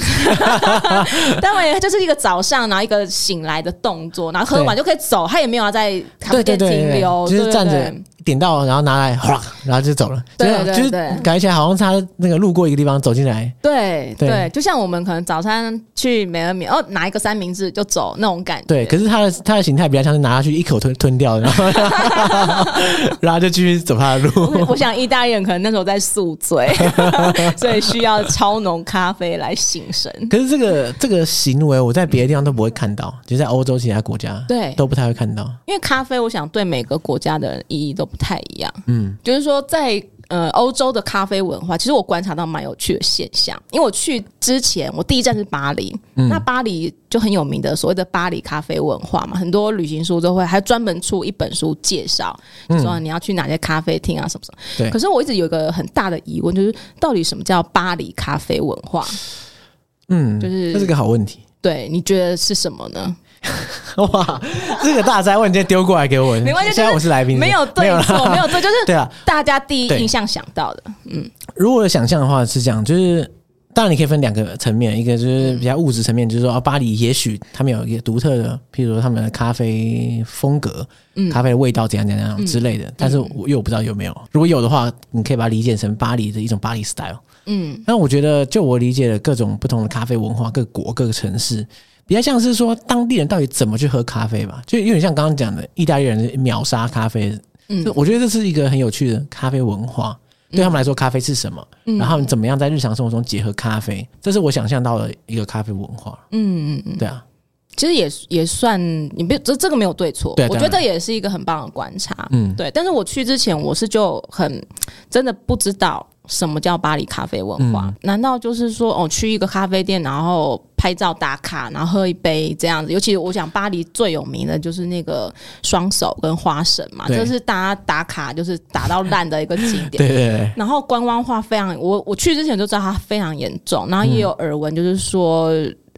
S2: 当然，就是一个早上，然后一个醒来的动作，然后喝完就可以走，他也没有要在咖啡店
S1: 对对对
S2: 停留，
S1: 就是
S2: 对对
S1: 站着
S2: 对
S1: 点到然后拿来哗，然后就走了，
S2: 对
S1: 就是
S2: 对
S1: 就是
S2: 对
S1: 感觉起来好像他那个路过一个地方走进来，
S2: 对
S1: 对
S2: 对，就像我们可能早餐去美而美，哦，拿一个三明治就走那种感觉。
S1: 对，可是他的他的形态比较像是拿下去一口吞吞掉，然 后然后就继续走他的
S2: 我
S1: 路。
S2: 我想意大利人可能那时候在宿醉，所以需要超浓咖啡来醒神。
S1: 可是这个这个行为，我在别的地方都不会看到，就在欧洲其他国家
S2: 对，
S1: 都不太会看到。
S2: 因为咖啡，我想对每个国家的意义都不太一样。
S1: 嗯，
S2: 就是说在呃欧洲的咖啡文化，其实我观察到蛮有趣的现象。因为我去之前，我第一站是巴黎，那巴黎就很有名的所谓的巴黎咖啡文化嘛，很多旅行书都会还专门出一本书介绍，就说你要去哪些咖啡厅啊什么什么。
S1: 对
S2: 可是我一直有一个很大的疑问，就是到底什么叫巴黎咖啡文化？
S1: 嗯，
S2: 就是
S1: 这是个好问题。
S2: 对你觉得是什么呢？
S1: 哇，这个大灾问直接丢过来给我，
S2: 没关系
S1: 现在我是来宾，
S2: 没有对
S1: 没有
S2: 错，没有对，就是
S1: 对啊。
S2: 大家第一
S1: 对
S2: 印象想到的。
S1: 如果想象的话是这样，就是。当然，你可以分两个层面，一个就是比较物质层面，就是说啊，巴黎也许他们有一个独特的，譬如说他们的咖啡风格，
S2: 嗯，
S1: 咖啡的味道怎样怎样怎样之类的，但是我因为我不知道有没有，如果有的话，你可以把它理解成巴黎的一种巴黎 style。
S2: 嗯
S1: 那我觉得，就我理解的各种不同的咖啡文化，各国各个城市，比较像是说当地人到底怎么去喝咖啡吧，就有点像刚刚讲的意大利人秒杀咖啡，
S2: 嗯
S1: 就我觉得这是一个很有趣的咖啡文化。对他们来说，咖啡是什么？
S2: 嗯
S1: 然后你怎么样在日常生活中结合咖啡？这是我想象到的一个咖啡文化。
S2: 嗯嗯嗯。
S1: 对啊，
S2: 其实也也算，你别这这个没有对错，
S1: 对
S2: 我
S1: 当
S2: 觉
S1: 然
S2: 得也是一个很棒的观察。
S1: 嗯，
S2: 对，但是我去之前我是就很真的不知道什么叫巴黎咖啡文化，
S1: 嗯
S2: 难道就是说哦去一个咖啡店然后拍照打卡，然后喝一杯这样子？尤其我想巴黎最有名的就是那个双手跟花神嘛，
S1: 对
S2: 这是大家打卡就是打到烂的一个景点。
S1: 对对对，
S2: 然后观光化非常，我我去之前就知道它非常严重，然后也有
S1: 嗯
S2: 耳闻，就是说，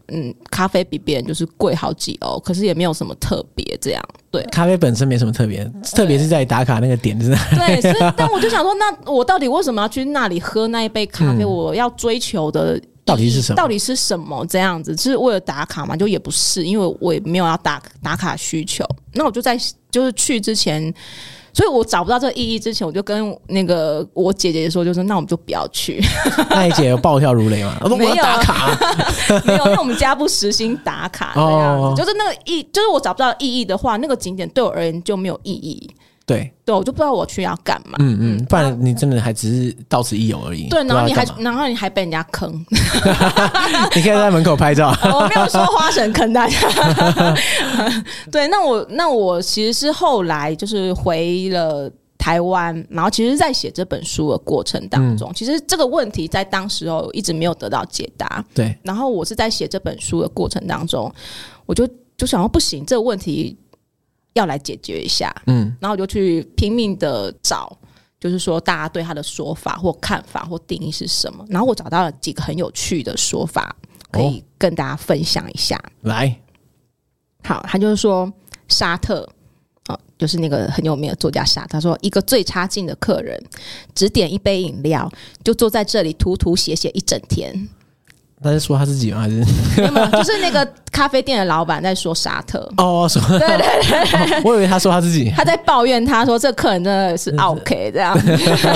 S2: 嗯，咖啡比别人就是贵好几欧，可是也没有什么特别 这样。对
S1: 咖啡本身没什么特别，特别是在打卡那个点， 真的
S2: 对，所以但我就想说，那我到底为什么要去那里喝那一杯咖啡？
S1: 嗯
S2: 我要追求的
S1: 到底是什么？
S2: 到底是什么？这样子是为了打卡吗？就也不是，因为我也没有要打打卡需求。那我就在就是去之前，所以我找不到这个意义之前，我就跟那个我姐姐说，就是那我们就不要去。
S1: 那一节有暴跳如雷嘛？我说我
S2: 没有啊
S1: 要打 卡，啊
S2: 没有，因为我们家不实行打卡这样子，
S1: 哦
S2: 啊就是那个意，就是我找不到意义的话，那个景点对我而言就没有意义。
S1: 对，
S2: 对，我就不知道我去要干嘛。
S1: 嗯嗯，不然你真的还只是到此一游而已。
S2: 对，然后你还
S1: 嗯不知道要干嘛
S2: 然后你还被人家坑，
S1: 你可以在门口拍 照，
S2: 我没有说花神坑大家。 对，那我那我其实是后来就是回了。台湾，然后其实，在写这本书的过程当中，其实这个问题在当时候一直没有得到解答。
S1: 对，
S2: 然后我是在写这本书的过程当中，我就就想说不行，这个问题要来解决一下，
S1: 嗯，
S2: 然后我就去拼命的找，就是说大家对他的说法或看法或定义是什么。然后我找到了几个很有趣的说法，可以跟大家分享一下。
S1: 来，
S2: 好，他就是说沙特。哦，就是那个很有名的作家沙特，他说一个最差劲的客人，只点一杯饮料，就坐在这里吐吐写写一整天。
S1: 他是说他自己吗？还是，
S2: 没有没有，就是那个咖啡店的老板在说沙特
S1: 哦，说，
S2: 对对对，
S1: 我以为他说他自己。
S2: 他在抱怨他说这客人真的是 OK 这样。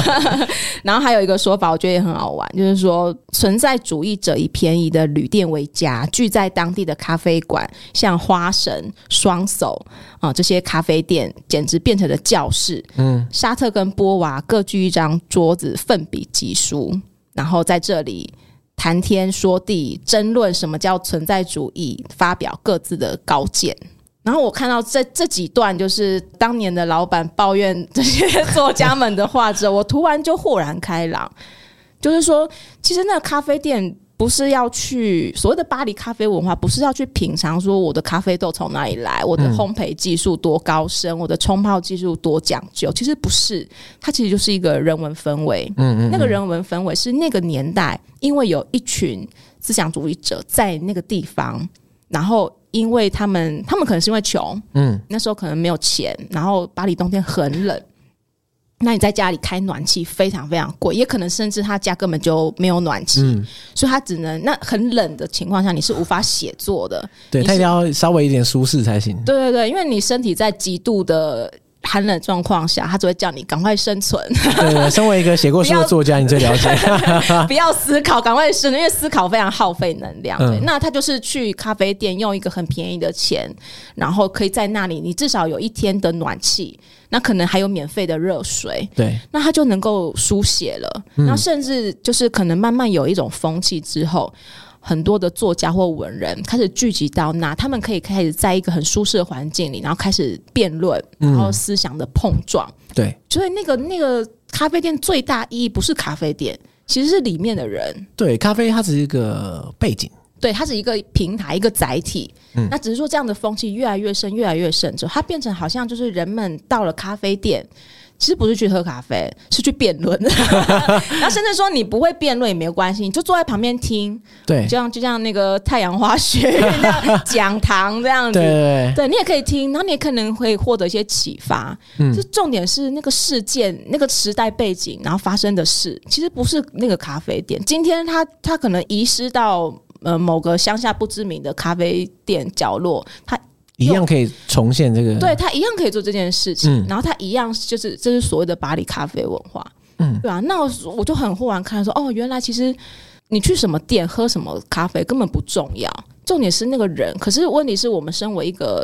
S2: 然后还有一个说法，我觉得也很好玩，就是说存在主义者以便宜的旅店为家，聚在当地的咖啡馆，像花神、双手啊、这些咖啡店，简直变成了教室。嗯，沙特跟波娃各据一张桌子，奋笔疾书，然后在这里。谈天说地，争论什么叫存在主义，发表各自的高见。然后我看到这这几段，就是当年的老板抱怨这些作家们的话之后，我突然就豁然开朗， 就是说，其实那个咖啡店不是要去所谓的巴黎咖啡文化，不是要去品尝说我的咖啡豆从哪里来，我的烘焙技术多高深，我的冲泡技术多讲究，其实不是，它其实就是一个人文氛围。嗯嗯那个人文氛围是那个年代，因为有一群思想主义者在那个地方，然后因为他们，他们可能是因为穷，嗯，那时候可能没有钱，然后巴黎冬天很冷，那你在家里开暖气非常非常贵，也可能甚至他家根本就没有暖气，所以他只能那很冷的情况下，你是无法写作的，
S1: 对
S2: 你
S1: 他一
S2: 是
S1: 定要稍微一点舒适才 行。
S2: 对对对，因为你身体在极度的寒冷状况下，他只会叫你赶快生存，
S1: 对对，身为一个写过书的作家，你最了解。
S2: 不要思考，赶快生，因为思考非常耗费能量。对，
S1: 嗯
S2: 那他就是去咖啡店用一个很便宜的钱，然后可以在那里，你至少有一天的暖气，那可能还有免费的热水，
S1: 对，
S2: 那他就能够书写了。那甚至就是可能慢慢有一种风气之后。很多的作家或文人开始聚集到那，他们可以开始在一个很舒适的环境里，然后开始辩论，然后思想的碰撞。
S1: 对，
S2: 所以那个那个咖啡店最大意义不是咖啡店，其实是里面的人。
S1: 对，咖啡它只是一个背景。
S2: 对，它是一个平台，一个载体。那只是说这样的风气越来越盛，越来越盛之后，它变成好像就是人们到了咖啡店，其实不是去喝咖啡，是去辩论。 然后甚至说你不会辩论也没有关系，你就坐在旁边听，
S1: 对，对
S2: 就像就像那个太阳花学院那样讲堂这样子。
S1: 对对
S2: 对你也可以听，然后你也可能会获得一些启发。嗯，就重点是那个事件、那个时代背景，然后发生的事，其实不是那个咖啡店。今天他他可能遗失到呃某个乡下不知名的咖啡店角落，他
S1: 一样可以重现这个。
S2: 对他一样可以做这件事情，
S1: 嗯
S2: 然后他一样就是这是所谓的巴黎咖啡文化，嗯，对啊，那我我就很忽然看到说，哦，原来其实你去什么店喝什么咖啡根本不重要，重点是那个人。可是问题是我们身为一个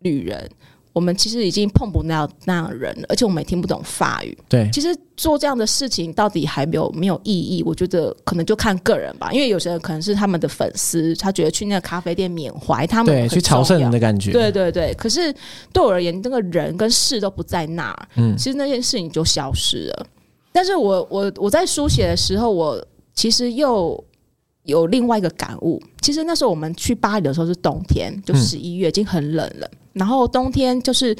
S2: 旅人，我们其实已经碰不到那样的人了，而且我们也听不懂法语。
S1: 对
S2: 其实做这样的事情到底还没有没有意义？我觉得可能就看个人吧，因为有些人可能是他们的粉丝，他觉得去那个咖啡店缅怀他们
S1: 对，
S2: 很
S1: 去朝
S2: 重要
S1: 圣的感觉。
S2: 对对对，可是对我而言，那个人跟事都不在那儿，其实那件事情就消失了。但是我我我在书写的时候，我其实又有另外一个感悟。其实那时候我们去巴黎的时候是冬天，就十一月，已经很冷了。然后冬天就是，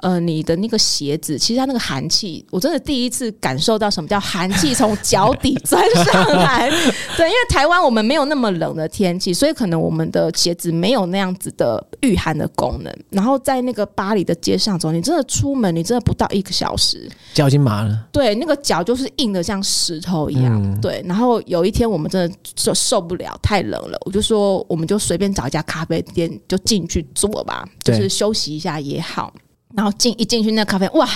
S2: 呃，你的那个鞋子，其实它那个寒气，我真的第一次感受到什么叫寒气从脚底钻上来。 对，因为台湾我们没有那么冷的天气，所以可能我们的鞋子没有那样子的御寒的功能。然后在那个巴黎的街上走，你真的出门，你真的不到一个小时，
S1: 脚已经麻了。
S2: 对，那个脚就是硬的像石头一样。对，然后有一天我们真的受受不了，太冷了，我就说我们就随便找一家咖啡店就进去坐吧，就
S1: 对
S2: 是休息一下也好。然后进一进去那咖啡，哇，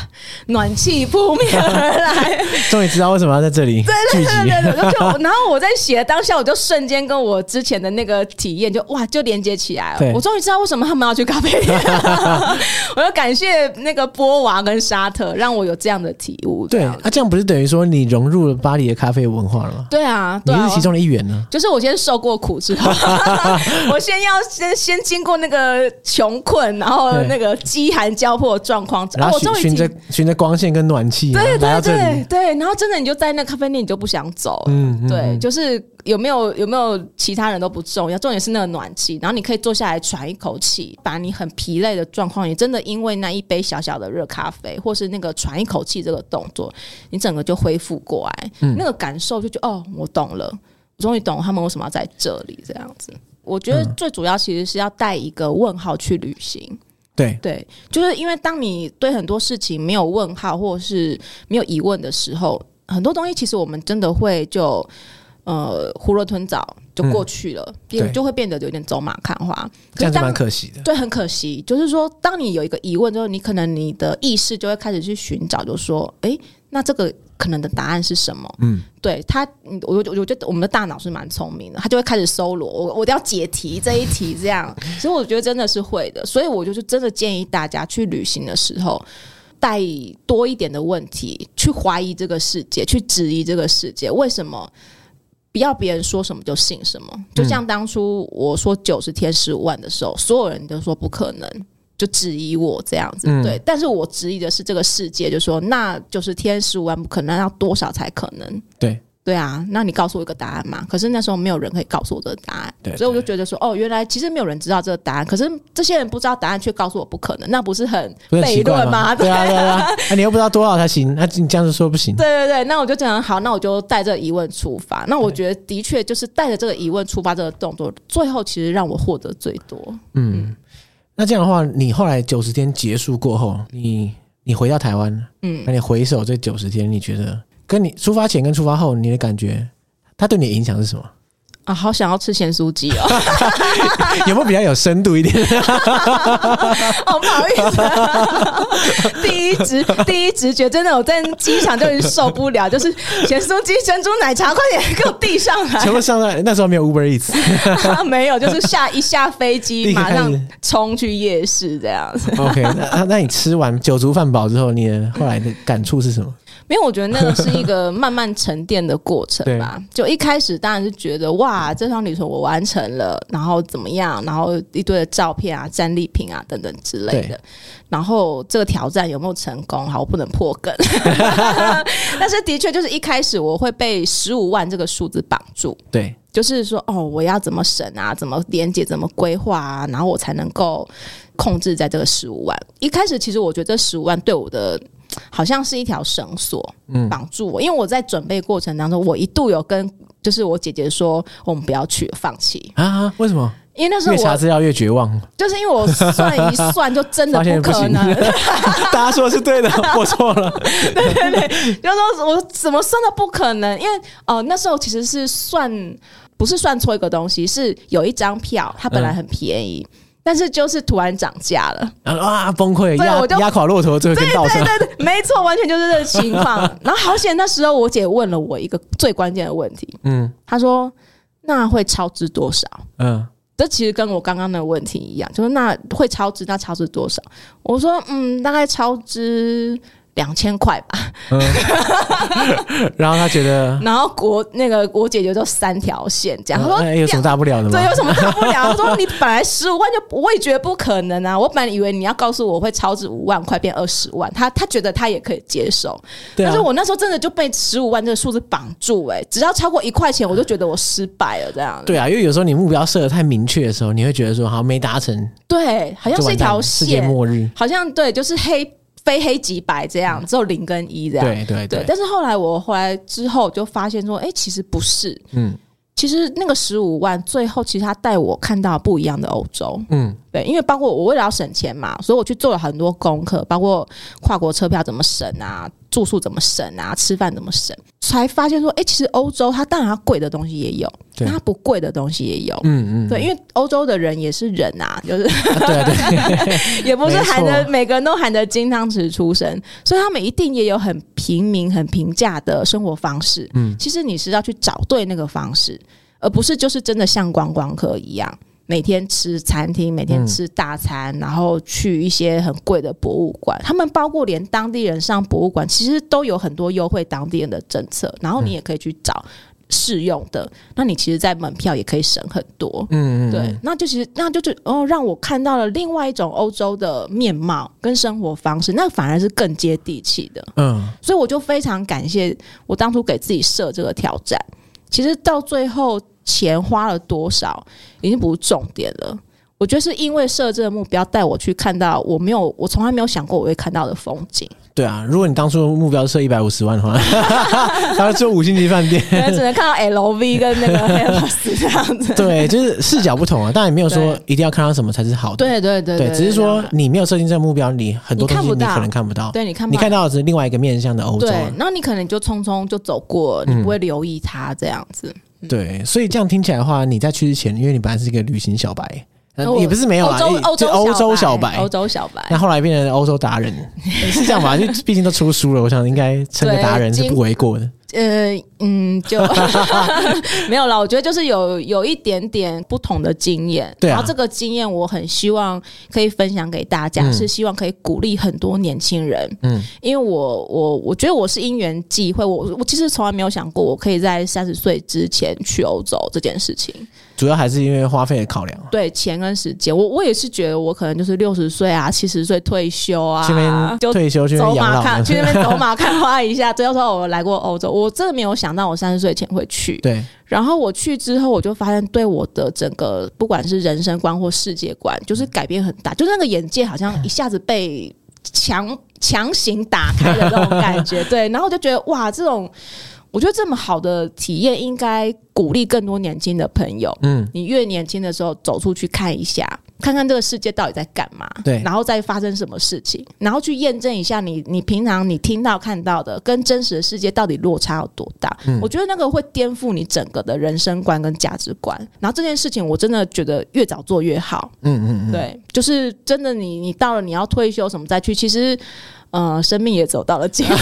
S2: 暖气扑面而来，
S1: 终于知道为什么要在这里聚集。
S2: 对对对，就然后我在写的当下，我就瞬间跟我之前的那个体验就哇就连接起来了
S1: 对。
S2: 我终于知道为什么他们要去咖啡店， 我要感谢那个波娃跟沙特，让我有这样的体悟。
S1: 对，
S2: 这样
S1: 啊，这样不是等于说你融入了巴黎的咖啡文化了吗？
S2: 对啊，
S1: 你
S2: 对啊
S1: 是其中的一员呢。
S2: 就是我先受过苦之 后，我先要先先经过那个穷困，然后
S1: 对
S2: 那个饥寒交迫迫状况，
S1: 然
S2: 哦，
S1: 后
S2: 我终
S1: 循循
S2: 于停
S1: 着循着光线跟暖气，
S2: 对
S1: 然后来
S2: 对
S1: 到这
S2: 对
S1: 里，
S2: 对，然后真的你就在那咖啡店，你就不想走。
S1: 嗯，嗯
S2: 对，
S1: 嗯
S2: 就是有没有有没有其他人都不重要，重点是那个暖气，然后你可以坐下来喘一口气，把你很疲累的状况，你真的因为那一杯小小的热咖啡，或是那个喘一口气这个动作，你整个就恢复过来，
S1: 嗯
S2: 那个感受就觉得哦，我懂了，我终于懂他们为什么要在这里这样子。我觉得
S1: 嗯
S2: 最主要其实是要带一个问号去旅行，
S1: 对，
S2: 对，就是因为当你对很多事情没有问号或者是没有疑问的时候，很多东西其实我们真的会就呃囫囵吞枣就过去了，也
S1: 嗯对
S2: 就会变得有点走马看花。
S1: 这
S2: 是
S1: 样就蛮
S2: 当
S1: 可惜的。
S2: 对，很可惜，就是说，当你有一个疑问之后，你可能你的意识就会开始去寻找，就说，诶，那这个可能的答案是什么？
S1: 嗯，
S2: 对他，嗯我我我觉得我们的大脑是蛮聪明的，他就会开始搜罗，我我一定要解题这一题这样。其实我觉得真的是会的，所以我就是真的建议大家去旅行的时候。带多一点的问题去怀疑这个世界，去质疑这个世界，为什么不要别人说什么就信什么。就像当初我说九十天十五万的时
S1: 嗯
S2: 候，所有人都说不可能，就质疑我这样
S1: 嗯
S2: 子。对，但是我质疑的是这个世界，就说那九十天十五万不可能，那要多少才可能？
S1: 对
S2: 对啊，那你告诉我一个答案嘛？可是那时候没有人可以告诉我这个答案，
S1: 对
S2: 所以我就觉得说，哦，原来其实没有人知道这个答案，可是这些人不知道答案却告诉我不可能，那不是很
S1: 不是很奇
S2: 悖
S1: 怪
S2: 论
S1: 吗？
S2: 吗？
S1: 对啊，对啊，对啊那你又不知道多少才行，那你这样子说不行。
S2: 对对对，那我就讲好，那我就带着疑问出发。那我觉得的确就是带着这个疑问出发这个动作，最后其实让我获得最多。
S1: 那这样的话，你后来九十天结束过后，你你回到台湾，嗯，那你回首这九十天，你觉得跟你出发前跟出发后，你的感觉，它对你的影响是什么？
S2: 啊，好想要吃咸酥鸡哦！
S1: 有没有比较有深度一点？
S2: 哦，不好意思、 第一直第一直觉真的，我在机场就已经受不了，就是咸酥鸡、珍珠奶茶，快点给我递上 来！
S1: 全部上来，那时候没有 Uber Eats，
S2: 没有，就是下一下飞机
S1: 立刻
S2: 马
S1: 开
S2: 上
S1: 始
S2: 冲去夜市这样子。
S1: OK，那那你吃完酒足饭饱之后，你的后来的感触是什么？
S2: 没有，我觉得那个是一个慢慢沉淀的过程吧。就一开始当然是觉得哇，这趟旅程我完成了，然后怎么样，然后一堆的照片啊、战利品啊等等之类
S1: 对
S2: 的。然后这个挑战有没有成功？好，我不能破梗。 但是的确就是一开始我会被十五万这个数字绑住。
S1: 对，
S2: 就是说，哦，我要怎么省啊，怎么连接，怎么规划啊，然后我才能够控制在这个十五万。一开始其实我觉得这十五万对我的好像是一条绳索，
S1: 嗯
S2: 绑住我，因为我在准备过程当中，我一度有跟就是我姐姐说，我们不要去了，放弃，
S1: 啊，为什么
S2: 因为那时候
S1: 越查
S2: 我
S1: 资料越绝 望？
S2: 就是因为我算一算，就真的
S1: 发现
S2: 不
S1: 不
S2: 可
S1: 行
S2: 能，，
S1: 大家说的是对 的，我错了。
S2: 就说我怎么算都不可能，因为呃那时候其实是算不是算错一个东西，是有一张票它本来很便宜，
S1: 嗯
S2: 但是就是突然涨价了。
S1: 然后啊，崩溃，
S2: 对
S1: 压
S2: 我就
S1: 压垮骆驼，最后一根稻草。
S2: 对对，没错，完全就是这个情 况。然后好险那时候我姐问了我一个最关键的问题，
S1: 嗯
S2: 她说那会超支多少？
S1: 嗯，
S2: 这其实跟我刚刚的问题一样，就是那会超支，那超支多少？我说嗯，大概超支两千块吧。
S1: 然后他觉得，
S2: 然后国那个我姐姐就三条线这样，她说、
S1: 呃哎有什么大不了的吗
S2: 对，？有什么大不了？他说你本来十五万就不我也觉得不可能啊，我本来以为你要告诉我会超支五万块变二十万，他他觉得他也可以接受，
S1: 对啊
S2: 但是我那时候真的就被十五万这个数字绑住、欸，只要超过一块钱我就觉得我失败了这样。
S1: 对啊，因为有时候你目标设的太明确的时候，你会觉得说好没达成，
S2: 对，好像
S1: 就是
S2: 一
S1: 完蛋
S2: 条
S1: 了世界
S2: 线，
S1: 末日。
S2: 好像对，就是黑非黑即白这
S1: 嗯
S2: 样，只有零跟一这样。
S1: 对对
S2: 对
S1: 对，，
S2: 但是后来我回来之后就发现说，哎、其实不是，
S1: 嗯
S2: 其实那个十五万最后其实他带我看到不一样的欧洲。
S1: 嗯
S2: 对，因为包括我为了要省钱嘛，所以我去做了很多功课，包括跨国车票怎么省啊，住宿怎么省啊，吃饭怎么省，才发现说，哎、其实欧洲它当然它贵的东西也有，
S1: 对
S2: 但它不贵的东西也有。
S1: 嗯嗯，
S2: 对，因为欧洲的人也是人 啊，就是
S1: 啊对啊对，
S2: 也不是
S1: 没错
S2: 含着每个人都含着金汤匙出生，所以他们一定也有很平民、很平价的生活方式。嗯，其实你是要去找对那个方式，而不是就是真的像观光客一样，每天吃餐厅，每
S1: 嗯
S2: 天吃大餐，然后去一些很贵的博物馆。他们包括连
S1: 嗯
S2: 当地人上博物馆，其实都有很多优惠当地人的政策，然后你也可以去找。适用的，那你其实，在门票也可以省很多。
S1: 嗯，嗯
S2: 对，，那就其实那就是哦，让我看到了另外一种欧洲的面貌跟生活方式，那反而是更接地气的。
S1: 嗯，
S2: 所以我就非常感谢我当初给自己设这个挑战。其实到最后，钱花了多少已经不是重点了。我觉得是因为设这个目标，带我去看到我没有，我从来没有想过我会看到的风 景。
S1: 对啊，如果你当初目标设一百五十万的 话，当然住五星级饭店，
S2: 可能只能看到 LV 跟那个 Hermes 这样子。
S1: 对，就是视角不同啊，当然没有说
S2: 对
S1: 一定要看到什么才是好的，
S2: 对对对
S1: 对，只是说
S2: 对
S1: 你没有设定这个目标，你很多东
S2: 你看
S1: 西
S2: 不
S1: 你
S2: 到
S1: 可能看不到，
S2: 对，你看
S1: 你
S2: 吧
S1: 看到的是另外一个面向的欧洲
S2: 对
S1: 啊，，嗯
S2: 然后你可能就匆匆就走过，你不会留意它这样子。
S1: 对，
S2: 嗯
S1: 所以这样听起来的话，你在去之前，因为你本来是一个旅行小白，呃
S2: 那我
S1: 也不是没有
S2: 哦欧
S1: 啦，
S2: 洲
S1: 也
S2: 欧
S1: 就
S2: 洲
S1: 欧洲小白
S2: 白，，欧洲哎小白
S1: 那。后来变成欧洲达 人，是这样吧？就毕竟都出书了，我想应该称个达人是不为过的。
S2: 呃，嗯， 就 没有啦。我觉得就是有有一点点不同的经验，
S1: 对啊
S2: 然后这个经验我很希望可以分享给大家，
S1: 嗯
S2: 是希望可以鼓励很多年轻人。
S1: 嗯
S2: 嗯，因为我我我觉得我是因缘际会，我我其实从来没有想过我可以在三十岁之前去欧洲这件事情。
S1: 主要还是因为花费的考量，
S2: 对钱跟时间，我我也是觉得我可能就是六十岁啊、七十岁退休
S1: 去那
S2: 啊，
S1: 边
S2: 就
S1: 退休去那
S2: 走
S1: 边养
S2: 马看
S1: 老，
S2: 去那边 走马看花一下。最后说我来过欧洲，我真的没有想到我三十岁前会去。
S1: 对，
S2: 然后我去之后，我就发现对我的整个不管是人生观或世界观，
S1: 嗯
S2: 就是改变很大，就是那个眼界好像一下子被强强行打开的那种 感觉。对，然后我就觉得哇，这种我觉得这么好的体验，应该鼓励更多年轻的朋友。
S1: 嗯，
S2: 你越年轻的时候走出去看一下，看看这个世界到底在干嘛，
S1: 对
S2: 然后再发生什么事情，然后去验证一下你你平常你听到看到的跟真实的世界到底落差有多大。
S1: 嗯
S2: 我觉得那个会颠覆你整个的人生观跟价值观。然后这件事情，我真的觉得越早做越好。
S1: 嗯嗯嗯，
S2: 对，就是真的你你到了你要退休什么再去，其实。呃，生命也走 到了尽头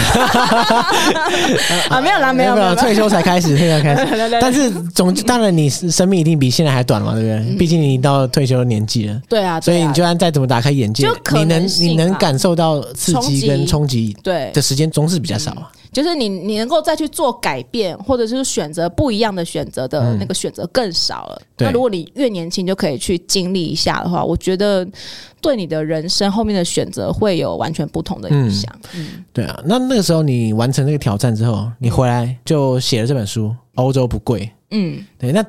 S2: 啊，没有啦，没有
S1: 没有退休才开 始，退休才开始。
S2: 对对对
S1: 但是总之当然，你生命一定比现在还短嘛，对不
S2: 嗯
S1: 对？毕竟你到退休的年纪了，
S2: 对啊，
S1: 所以
S2: 对啊
S1: 你就算再怎么打开眼界
S2: 就，可
S1: 你能
S2: 能性
S1: 你能
S2: 吧
S1: 感受到刺激跟冲
S2: 冲
S1: 击
S2: 对
S1: 的时间总是比较少啊。
S2: 就是你你能够再去做改变，或者是选择不一样的选择的那个选择更少了。
S1: 嗯对
S2: 那如果你越年轻就可以去经历一下的话，我觉得对你的人生后面的选择会有完全不同的影响。
S1: 对啊，那那个时候你完成那个挑战之后，你回来就写了这本书《欧洲不贵》。
S2: 嗯
S1: 对，那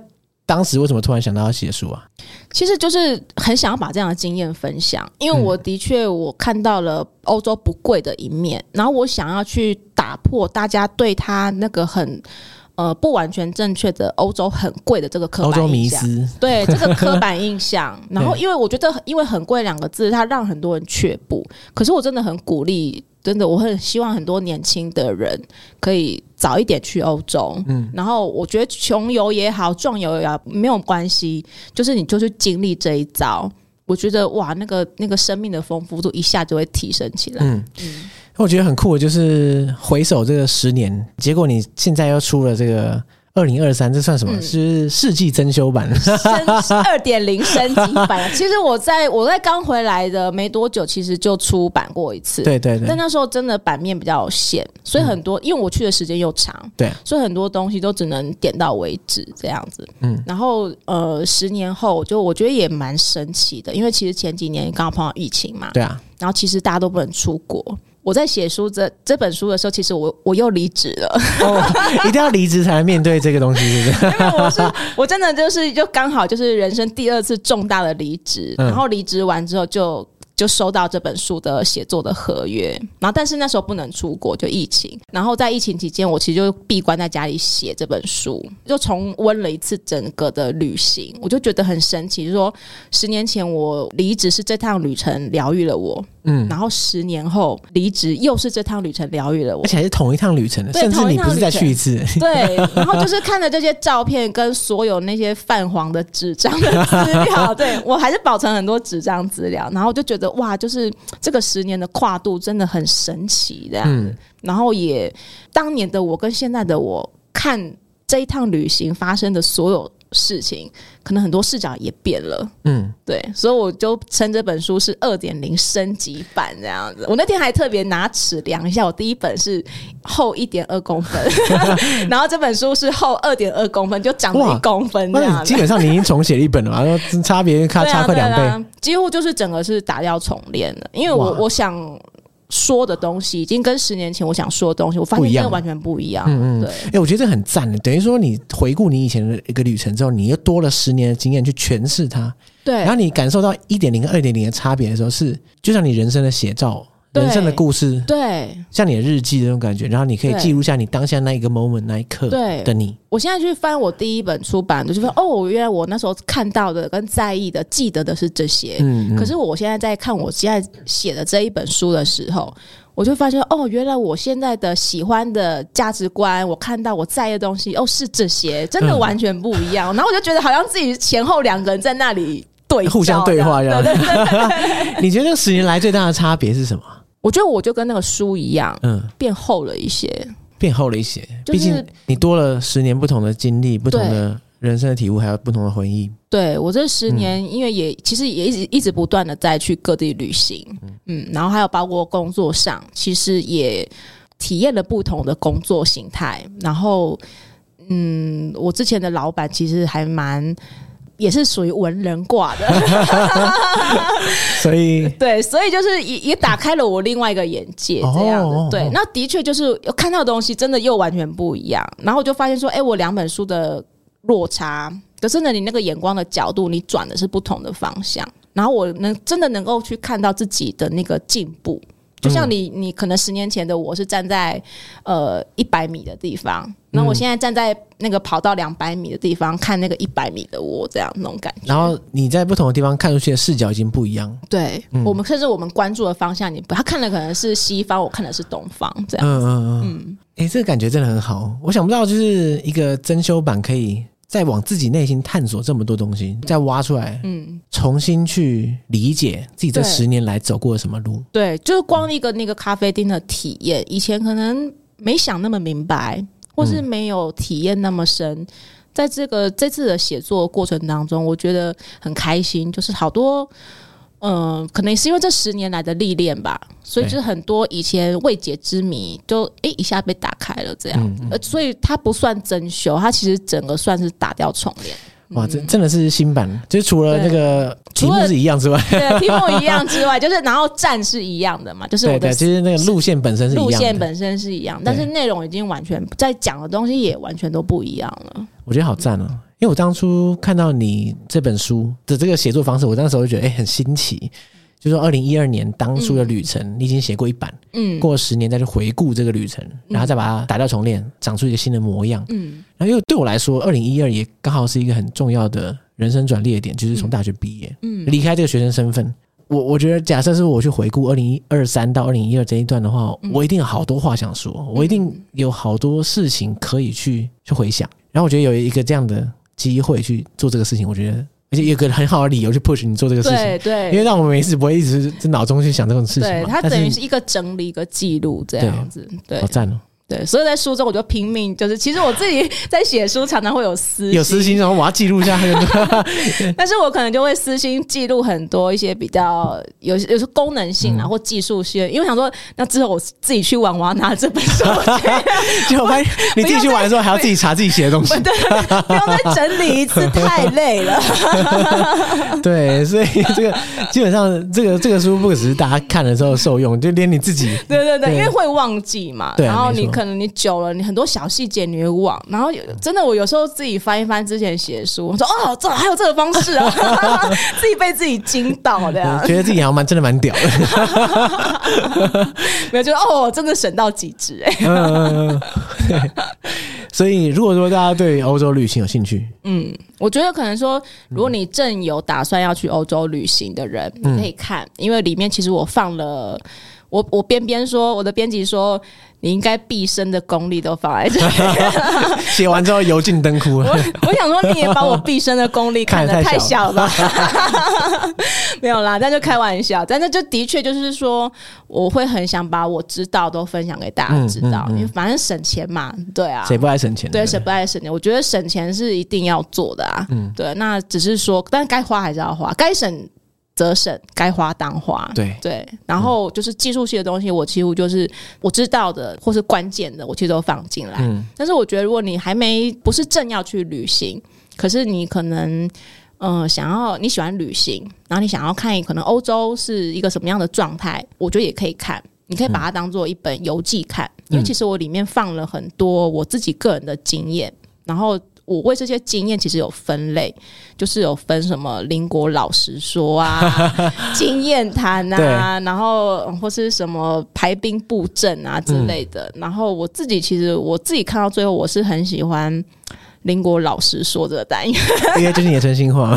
S1: 当时为什么突然想到要写书啊？
S2: 其实就是很想要把这样的经验分享，因为我
S1: 嗯
S2: 的确我看到了欧洲不贵的一面，然后我想要去打破大家对它那个很呃不完全正确的欧洲很贵的这个刻
S1: 欧
S2: 板
S1: 洲迷
S2: 印象。
S1: 思，
S2: 对这个刻板印象。然后因为我觉得，因为很贵两个字，它让很多人却步。可是我真的很鼓励，真的，我很希望很多年轻的人可以早一点去欧洲。嗯，然后我觉得穷游也好，壮游也好，没有关系，就是你就去经历这一遭。我觉得哇，那个那个生命的丰富度一下就会提升起来。
S1: 嗯。我觉得很酷的就是回首这个十年，结果你现在又出了这个二零二三，这算什么？
S2: 嗯
S1: 是世纪增修版。
S2: 升二点零升级版，其实我在我在刚回来的没多久，其实就出版过一次。
S1: 对对对嗯
S2: 但，那时候真的版面比较有限，所以很多、因为我去的时间又长，
S1: 对，
S2: 所以很多东西都只能点到为止这样子。
S1: 嗯
S2: 嗯，然后呃，十年后就我觉得也蛮神奇的，因为其实前几年刚好碰到疫情嘛，
S1: 对啊，
S2: 然后其实大家都不能出国。我在写书这这本书的时候，其实我我又离职了，
S1: 哦， 一定要离职才能面对这个东西，是不是？
S2: 因为我是 我真的就是就刚好就是人生第二次重大的离职，
S1: 嗯
S2: 然后离职完之后就就收到这本书的写作的合约，然后但是那时候不能出国，就疫情，然后在疫情期间我其实就闭关在家里写这本书，就重温了一次整个的旅行，我就觉得很神奇，就是说十年前我离职是这趟旅程疗愈了我，
S1: 嗯
S2: 嗯，然后十年后离职又是这趟旅程疗愈了我
S1: 而，且还是同一趟旅程的，
S2: 对
S1: 甚至
S2: 同一
S1: 你不
S2: 趟
S1: 是再
S2: 旅
S1: 去一次，
S2: 对，然后就是看着这些照片跟所有那些泛黄的纸张的资料，对我还是保存很多纸张资料，然后就觉得哇，就是这个十年的跨度真的很神奇这样子。
S1: 嗯
S2: 然后也当年的我跟现在的我看这一趟旅行发生的所有事情，可能很多视角也变了。
S1: 嗯，
S2: 对，所以我就称这本书是二点零升级版这样子。我那天还特别拿尺量一下，我第一本是厚一点二公分， 然后这本书是厚二点二公分，就长了
S1: 哇
S2: 一公分这
S1: 那
S2: 样
S1: 你
S2: 子
S1: 基。本上你已经重写了一本了嘛，然后 差别差
S2: 啊对啊
S1: 差快两
S2: 对
S1: 倍，
S2: 啊，几乎就是整个是打掉重练了。因为我
S1: 哇
S2: 我想说的东西，已经跟十年前我想说的东西，我发
S1: 不
S2: 现
S1: 一
S2: 真
S1: 样
S2: 的完全不一样。嗯嗯，对。
S1: 哎、我觉得这很赞的，等于说你回顾你以前的一个旅程之后，你又多了十年的经验去诠释它，然
S2: 对
S1: 后你感受到一点零跟二点零的差别的时候是，就像你人生的写照、
S2: 对
S1: 人生的故事，
S2: 对
S1: 像你的日记的那种感觉，然后你可以
S2: 对
S1: 记录下你当下那一个 moment 那一刻
S2: 对
S1: 的你，
S2: 我现在去翻我第一本出版的，就说哦，原来我那时候看到的、跟在意的、记得的是这些。
S1: 嗯，嗯
S2: 可是我现在在看我现在写的这一本书的时候，我就发现哦，原来我现在的喜欢的价值观，我看到我在意的东西，哦，是这些，真的
S1: 嗯
S2: 完全不一样。然后我就觉得好像自己前后两个人在那里对照
S1: 互相对话这
S2: 这样
S1: 样
S2: 对对 对
S1: 你觉得十年来最大的差别是什么？
S2: 我觉得我就跟那个书一样，
S1: 嗯，
S2: 变厚了一些。
S1: 变厚了一些，
S2: 就
S1: 毕
S2: 是
S1: 竟你多了十年不同的经历、不同的人生的体悟，还有不同的回忆。
S2: 对我这十年，因为也其实也一直一直不断的在去各地旅行，嗯，然后还有包括工作上，其实也体验了不同的工作形态。然后，嗯，我之前的老板其实还蛮也是属于文人挂的，
S1: 所以，
S2: 对，所以就是也也打开了我另外一个眼界，
S1: 哦
S2: 这样子。
S1: 哦
S2: 对
S1: 哦，
S2: 那的确就是看到的东西真的又完全不一样。然后我就发现说，哎、我两本书的落差，可是呢，你那个眼光的角度，你转的是不同的方向。然后我能真的能够去看到自己的那个进步，
S1: 嗯
S2: 就像你，你可能十年前的我是站在呃一百米的地方，那我现在站在那个跑到两百米的地方看那个一百米的我，这样那种感 觉。
S1: 然后你在不同的地方看出去的视角已经不一样。
S2: 对、我们，甚至我们关注的方向，你不，他看的可能是西方，我看的是东方，这样。
S1: 嗯嗯嗯，哎、这个感觉真的很好。我想不到，就是一个增修版可以再往自己内心探索这么多东西，再挖出来，
S2: 嗯，
S1: 重新去理解自己这
S2: 对
S1: 十年来走过的什么路。
S2: 对，就是光一个那个咖啡厅的体验，以前可能没想那么明白，或是没有体验那么深。在这个这次的写作过程当中，我觉得很开心，就是好多。嗯、可能是因为这十年来的历练吧，所以
S1: 对
S2: 就是很多以前未解之谜，就诶、一下被打开了这样。呃，所以它不算真修，它其实整个算是打掉重练。
S1: 哇，这真的是新版，就是除了那个题
S2: 嗯除
S1: 目
S2: 了
S1: 是一样之外，
S2: 对，题目一样之外，就是然后站是一样的嘛，就是
S1: 对
S2: 我
S1: 对，
S2: 的
S1: 其实那个路线本身是一样
S2: 路
S1: 的。
S2: 线本身是一样，但是
S1: 对
S2: 内容已经完全在讲的东西也完全都不一样了。
S1: 我觉得好赞哦、因为我当初看到你这本书的这个写作方式，我那时候就觉得哎、诶很新奇。就说二零一二年当初的旅程，你已经写过一版，
S2: 嗯
S1: 过了十年再去回顾这个旅程，然后再把它打掉重练，长出一个新的模样。
S2: 嗯，
S1: 然后因为对我来说，二零一二也刚好是一个很重要的人生转捩点，就是从大学毕业，嗯，离开这个学生身份。我我觉得，假设是我去回顾二零一二三到二零一二这一段的话，
S2: 嗯
S1: 我一定有好多话想说，我一定有好多事情可以去去回想。然后我觉得有一个这样的机会去做这个事情，我觉得而且有个很好的理由去 push 你做这个事情，
S2: 对
S1: 因为
S2: 对
S1: 让我们每次不会一直在脑中去想这种事情
S2: 对，
S1: 嘛。
S2: 它
S1: 但
S2: 等于是一个整理一个记录这样子。对
S1: 好赞哦、
S2: 对，所以在书中我就拼命，就是其实我自己在写书常常会有私
S1: 有私心，然后我要记录一下。
S2: 但是我可能就会私心记录很多一些比较有有些功能性啊、
S1: 嗯
S2: 或技术性，因为我想说那之后我自己去玩，我要拿这本书去
S1: 结果发现你自己去玩的时候，还要自己查自己写的东西。
S2: 不要再整理一次，太累了。
S1: 对，所以这个基本上这个这个书不只是大家看的时候受用，就连你自己，
S2: 对对对，
S1: 对
S2: 因为会忘记嘛，
S1: 对啊
S2: 然后
S1: 没
S2: 你
S1: 错
S2: 可能你久了，你很多小细节你会忘，然后有真的我有时候自己翻一翻之前写的书，我说哦，这还有这个方式啊， 自己被自己惊到的啊呀，
S1: 觉得自己好像蛮真的蛮屌的。
S2: 没有就哦，真的省到极致哎、
S1: 嗯嗯，嗯对。所以如果说大家对欧洲旅行有兴 趣，
S2: 嗯，我觉得可能说，如果你正有打算要去欧洲旅行的人，
S1: 嗯
S2: 你可以看，因为里面其实我放了，我我边边说，我的编辑说，你应该毕生的功力都放在这里。
S1: 写完之后油尽灯枯
S2: 我 我想说，你也把我毕生的功力看
S1: 看得
S2: 得太
S1: 太
S2: 小
S1: 小
S2: 了吧？ 没有啦，但就开玩笑，但那就的确就是说，我会很想把我知道都分享给大家知道，因为反正省钱嘛，对啊，
S1: 谁不嗯爱省钱？
S2: 对，省不爱省钱，我觉得省钱是一定要做的啊。
S1: 嗯
S2: 对，那只是说，但该花还是要花，该省则省，该花当花。
S1: 对
S2: 对，然后就是技术性的东西，我几乎就是我知道的或是关键的，我其实都放进来。但是我觉得，如果你还没不是正要去旅行，可是你可能。嗯，想要你喜欢旅行，然后你想要看可能欧洲是一个什么样的状态，我觉得也可以看。你可以把它当做一本游记看，因为其实我里面放了很多我自己个人的经验，然后我为这些经验其实有分类，就是有分什么邻国老实 说啊、经验谈啊，然后嗯或是什么排兵布阵啊之类的。
S1: 嗯
S2: 然后我自己其实我自己看到最后，我是很喜欢邻国老实说这个单元。
S1: 因为这是你的真心话。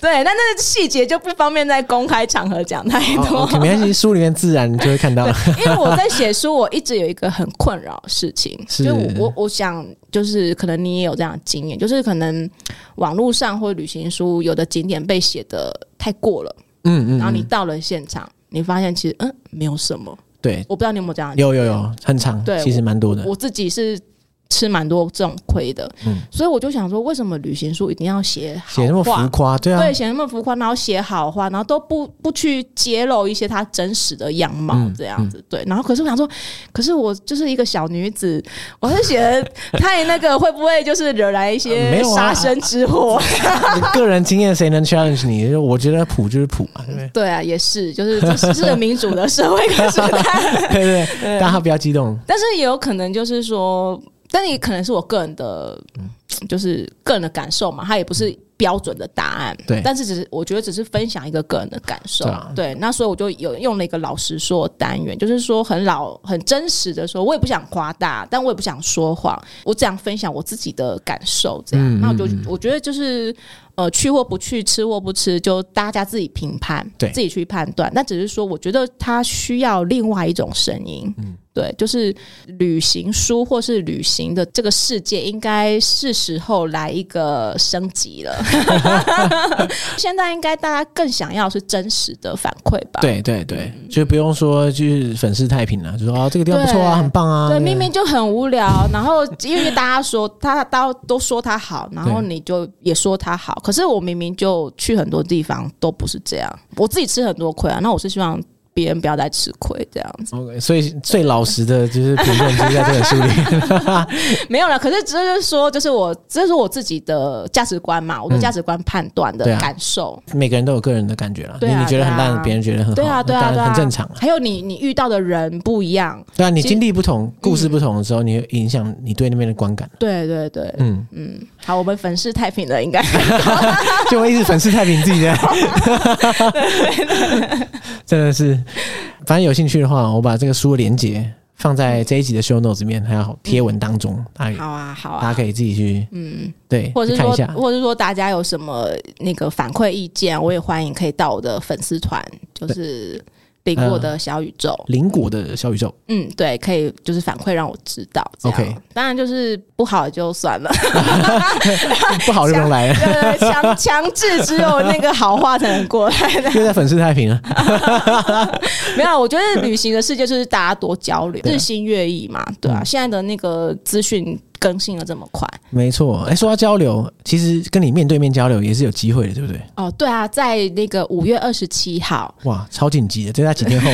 S2: 对，但那个细节就不方便在公开场合讲太多。
S1: 哦 OK，没关系，书里面自然就会看到。
S2: 因为我在写书，我一直有一个很困扰的事情，
S1: 是
S2: 就我我我想，就是可能你也有这样的经验，就是可能网络上或旅行书有的景点被写的太过了，
S1: 嗯嗯，
S2: 然后你到了现场，你发现其实嗯没有什么，
S1: 对，
S2: 我不知道你有没有这样的经
S1: 有有
S2: 验
S1: 有，很长
S2: 对，
S1: 其实蛮多的。
S2: 我自己是。吃蛮多这种亏的，所以我就想说，为什么旅行书一定要写
S1: 嗯
S2: 好
S1: 写那么
S2: 话
S1: 浮夸，对啊，
S2: 对，写那么浮夸，然后写好话，然后都不不去揭露一些她真实的样貌
S1: 嗯
S2: 这样子。对，然后可是我想说，可是我就是一个小女子，我是写得太那个，会不会就是惹来一
S1: 没
S2: 些
S1: 有
S2: 杀
S1: 啊
S2: 身之祸？
S1: 你个人经验谁能 challenge 你？我觉得普就是普嘛，对不对？
S2: 对啊，也是，就是这是个民主的社会，可是它
S1: 对对对，大家不要激动。
S2: 但是也有可能就是说，但也可能是我个人的，
S1: 嗯
S2: 就是个人的感受嘛，它也不是标准的答案。
S1: 对
S2: 但是只是我觉得只是分享一个个人的感受。
S1: 对啊
S2: 对，那所以我就有用了一个老实说的单元，就是说很老、很真实的说，我也不想夸大，但我也不想说谎，我只想分享我自己的感受。
S1: 嗯
S2: 这样，那我就我觉得就是。呃，去或不去，吃或不吃，就大家自己评判，
S1: 对
S2: 自己去判断。但只是说，我觉得它需要另外一种声音，对，就是旅行书或是旅行的这个世界，应该是时候来一个升级了。现在应该大家更想要是真实的反馈吧？
S1: 对对对，就不用说就是粉饰太平了，就说啊这个地方不错啊，
S2: 对
S1: 很棒啊。
S2: 对，
S1: 那个
S2: 明明就很无聊，然后因为大家说他都都说他好，然后
S1: 对
S2: 你就也说他好，可是我明明就去很多地方都不是这样，我自己吃很多亏啊，那我是希望别人不要再吃亏这样子。
S1: OK，所以最老实的就是评论就是在这本书 里。
S2: 没有了，可是只是说，就是我，这是我自己的价值观嘛，我的价值观判断的
S1: 嗯对啊
S2: 感受。
S1: 每个人都有个人的感觉啦，
S2: 对
S1: 你
S2: 啊
S1: 你觉得很
S2: 对
S1: 烂
S2: 啊，
S1: 别人觉得很好，
S2: 对啊，对啊，
S1: 嗯当
S2: 对
S1: 然
S2: 啊，
S1: 很正常啊。
S2: 还有你，你遇到的人不一样，
S1: 对啊，你
S2: 其实嗯
S1: 经历不同，故事不同的时候，你会影响你对那边的观感。
S2: 对对对，
S1: 嗯，
S2: 好，我们粉饰太平了，应该
S1: 就我一直粉饰太平自己的， 真的是。反正有兴趣的话，我把这个书的连接放在这一集的 show notes 里面，还有贴文当中，大家
S2: 好啊，好
S1: 大家
S2: 啊。
S1: 可以自己去，嗯，对，
S2: 或者
S1: 去
S2: 是
S1: 看一
S2: 说
S1: 下，。
S2: 或者是说，大家有什么那个反馈意见，我也欢迎可以到我的粉丝团，就是邻国的小宇宙。
S1: 邻国的小宇宙，
S2: 嗯，对，可以就是反馈让我知道。这样
S1: OK
S2: 当然就是不好也就算了。
S1: 不好就不用来了，
S2: 呃，强强制只有那个好话才能过来的。
S1: 又在粉饰太平了。
S2: 没有，我觉得旅行的世界就是大家多交 流，
S1: 啊
S2: 日新月异嘛，对啊。现在的那个资讯更新的这么快，
S1: 没错，哎、说到交流，其实跟你面对面交流也是有机会的，对不对？
S2: 哦，对啊，在那个五月二十七 号，
S1: 哇，超紧急的，这在几天 后。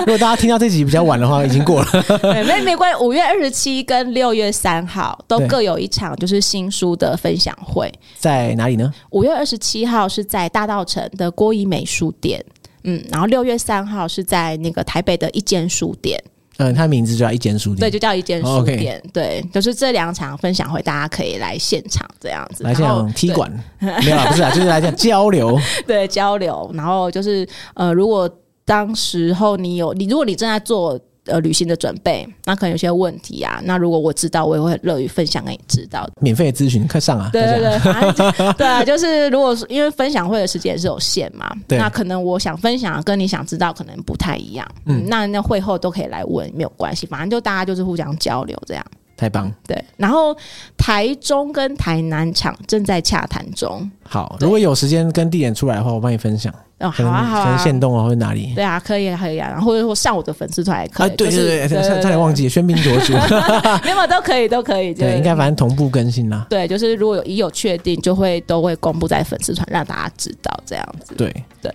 S1: 如果大家听到这集比较晚的话，已经过了。
S2: 对没没关系，五月二十七跟六月三号都
S1: 对
S2: 各有一场就是新书的分享会。
S1: 在哪里呢？
S2: 五月二十七号是在大道城的郭怡美书店，嗯，然后六月三号是在那个台北的一间书店。
S1: 嗯，它名字就叫一间书
S2: 对，
S1: 店。
S2: 就叫一间
S1: 哦
S2: 书
S1: ，OK
S2: 店。对，就是这两场分享会，大家可以来现场这样子，
S1: 来
S2: 然后
S1: 讲踢馆， 没有啦，不是啊，就是来讲交流。
S2: 对对交流。然后就是呃，如果当时候你有你，如果你正在做呃旅行的准备，那可能有些问题啊，那如果我知道，我也会乐于分享给你知道的。
S1: 免费的咨询，快上啊！
S2: 对
S1: 大
S2: 对
S1: 家
S2: 对，反正对啊，就是 如果是因为分享会的时间也是有限嘛，
S1: 对
S2: 那可能我想分享跟你想知道可能不太一样，嗯，那那会后都可以来问，没有关系，反正就大家就是互相交流这样。
S1: 太棒。
S2: 对，然后台中跟台南场正在洽谈中，
S1: 好，
S2: 对
S1: 如果有时间跟地点出来的话，我帮你分享，
S2: 哦，
S1: 可
S2: 好
S1: 能
S2: 啊好
S1: 可能
S2: 啊
S1: 线，动啊或者哪里。
S2: 对啊，可以啊可以啊，然后或者说上我的粉丝团也可
S1: 啊，
S2: 以，
S1: 对
S2: 就
S1: 对
S2: 是
S1: 对，差差点忘，记喧宾夺 主，
S2: 啊没有都可以都可以，就是
S1: 对，应该反正同步更新啦。
S2: 对，就是如果有已有确定，就会都会公布在粉丝团让大家知道这样子。
S1: 对
S2: 对，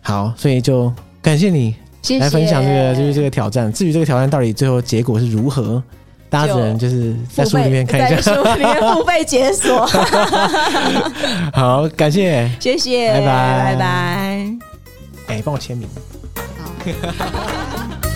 S1: 好，所以就感谢你
S2: 谢谢
S1: 来分享这个就是这个挑战。至于这个挑战到底最后结果是如何，大家只能就是在书里面看一
S2: 在
S1: 下。
S2: 书里面付费解锁，
S1: 好，感谢，
S2: 谢谢，
S1: 拜拜
S2: 拜拜。
S1: 哎、帮我签名。
S2: 好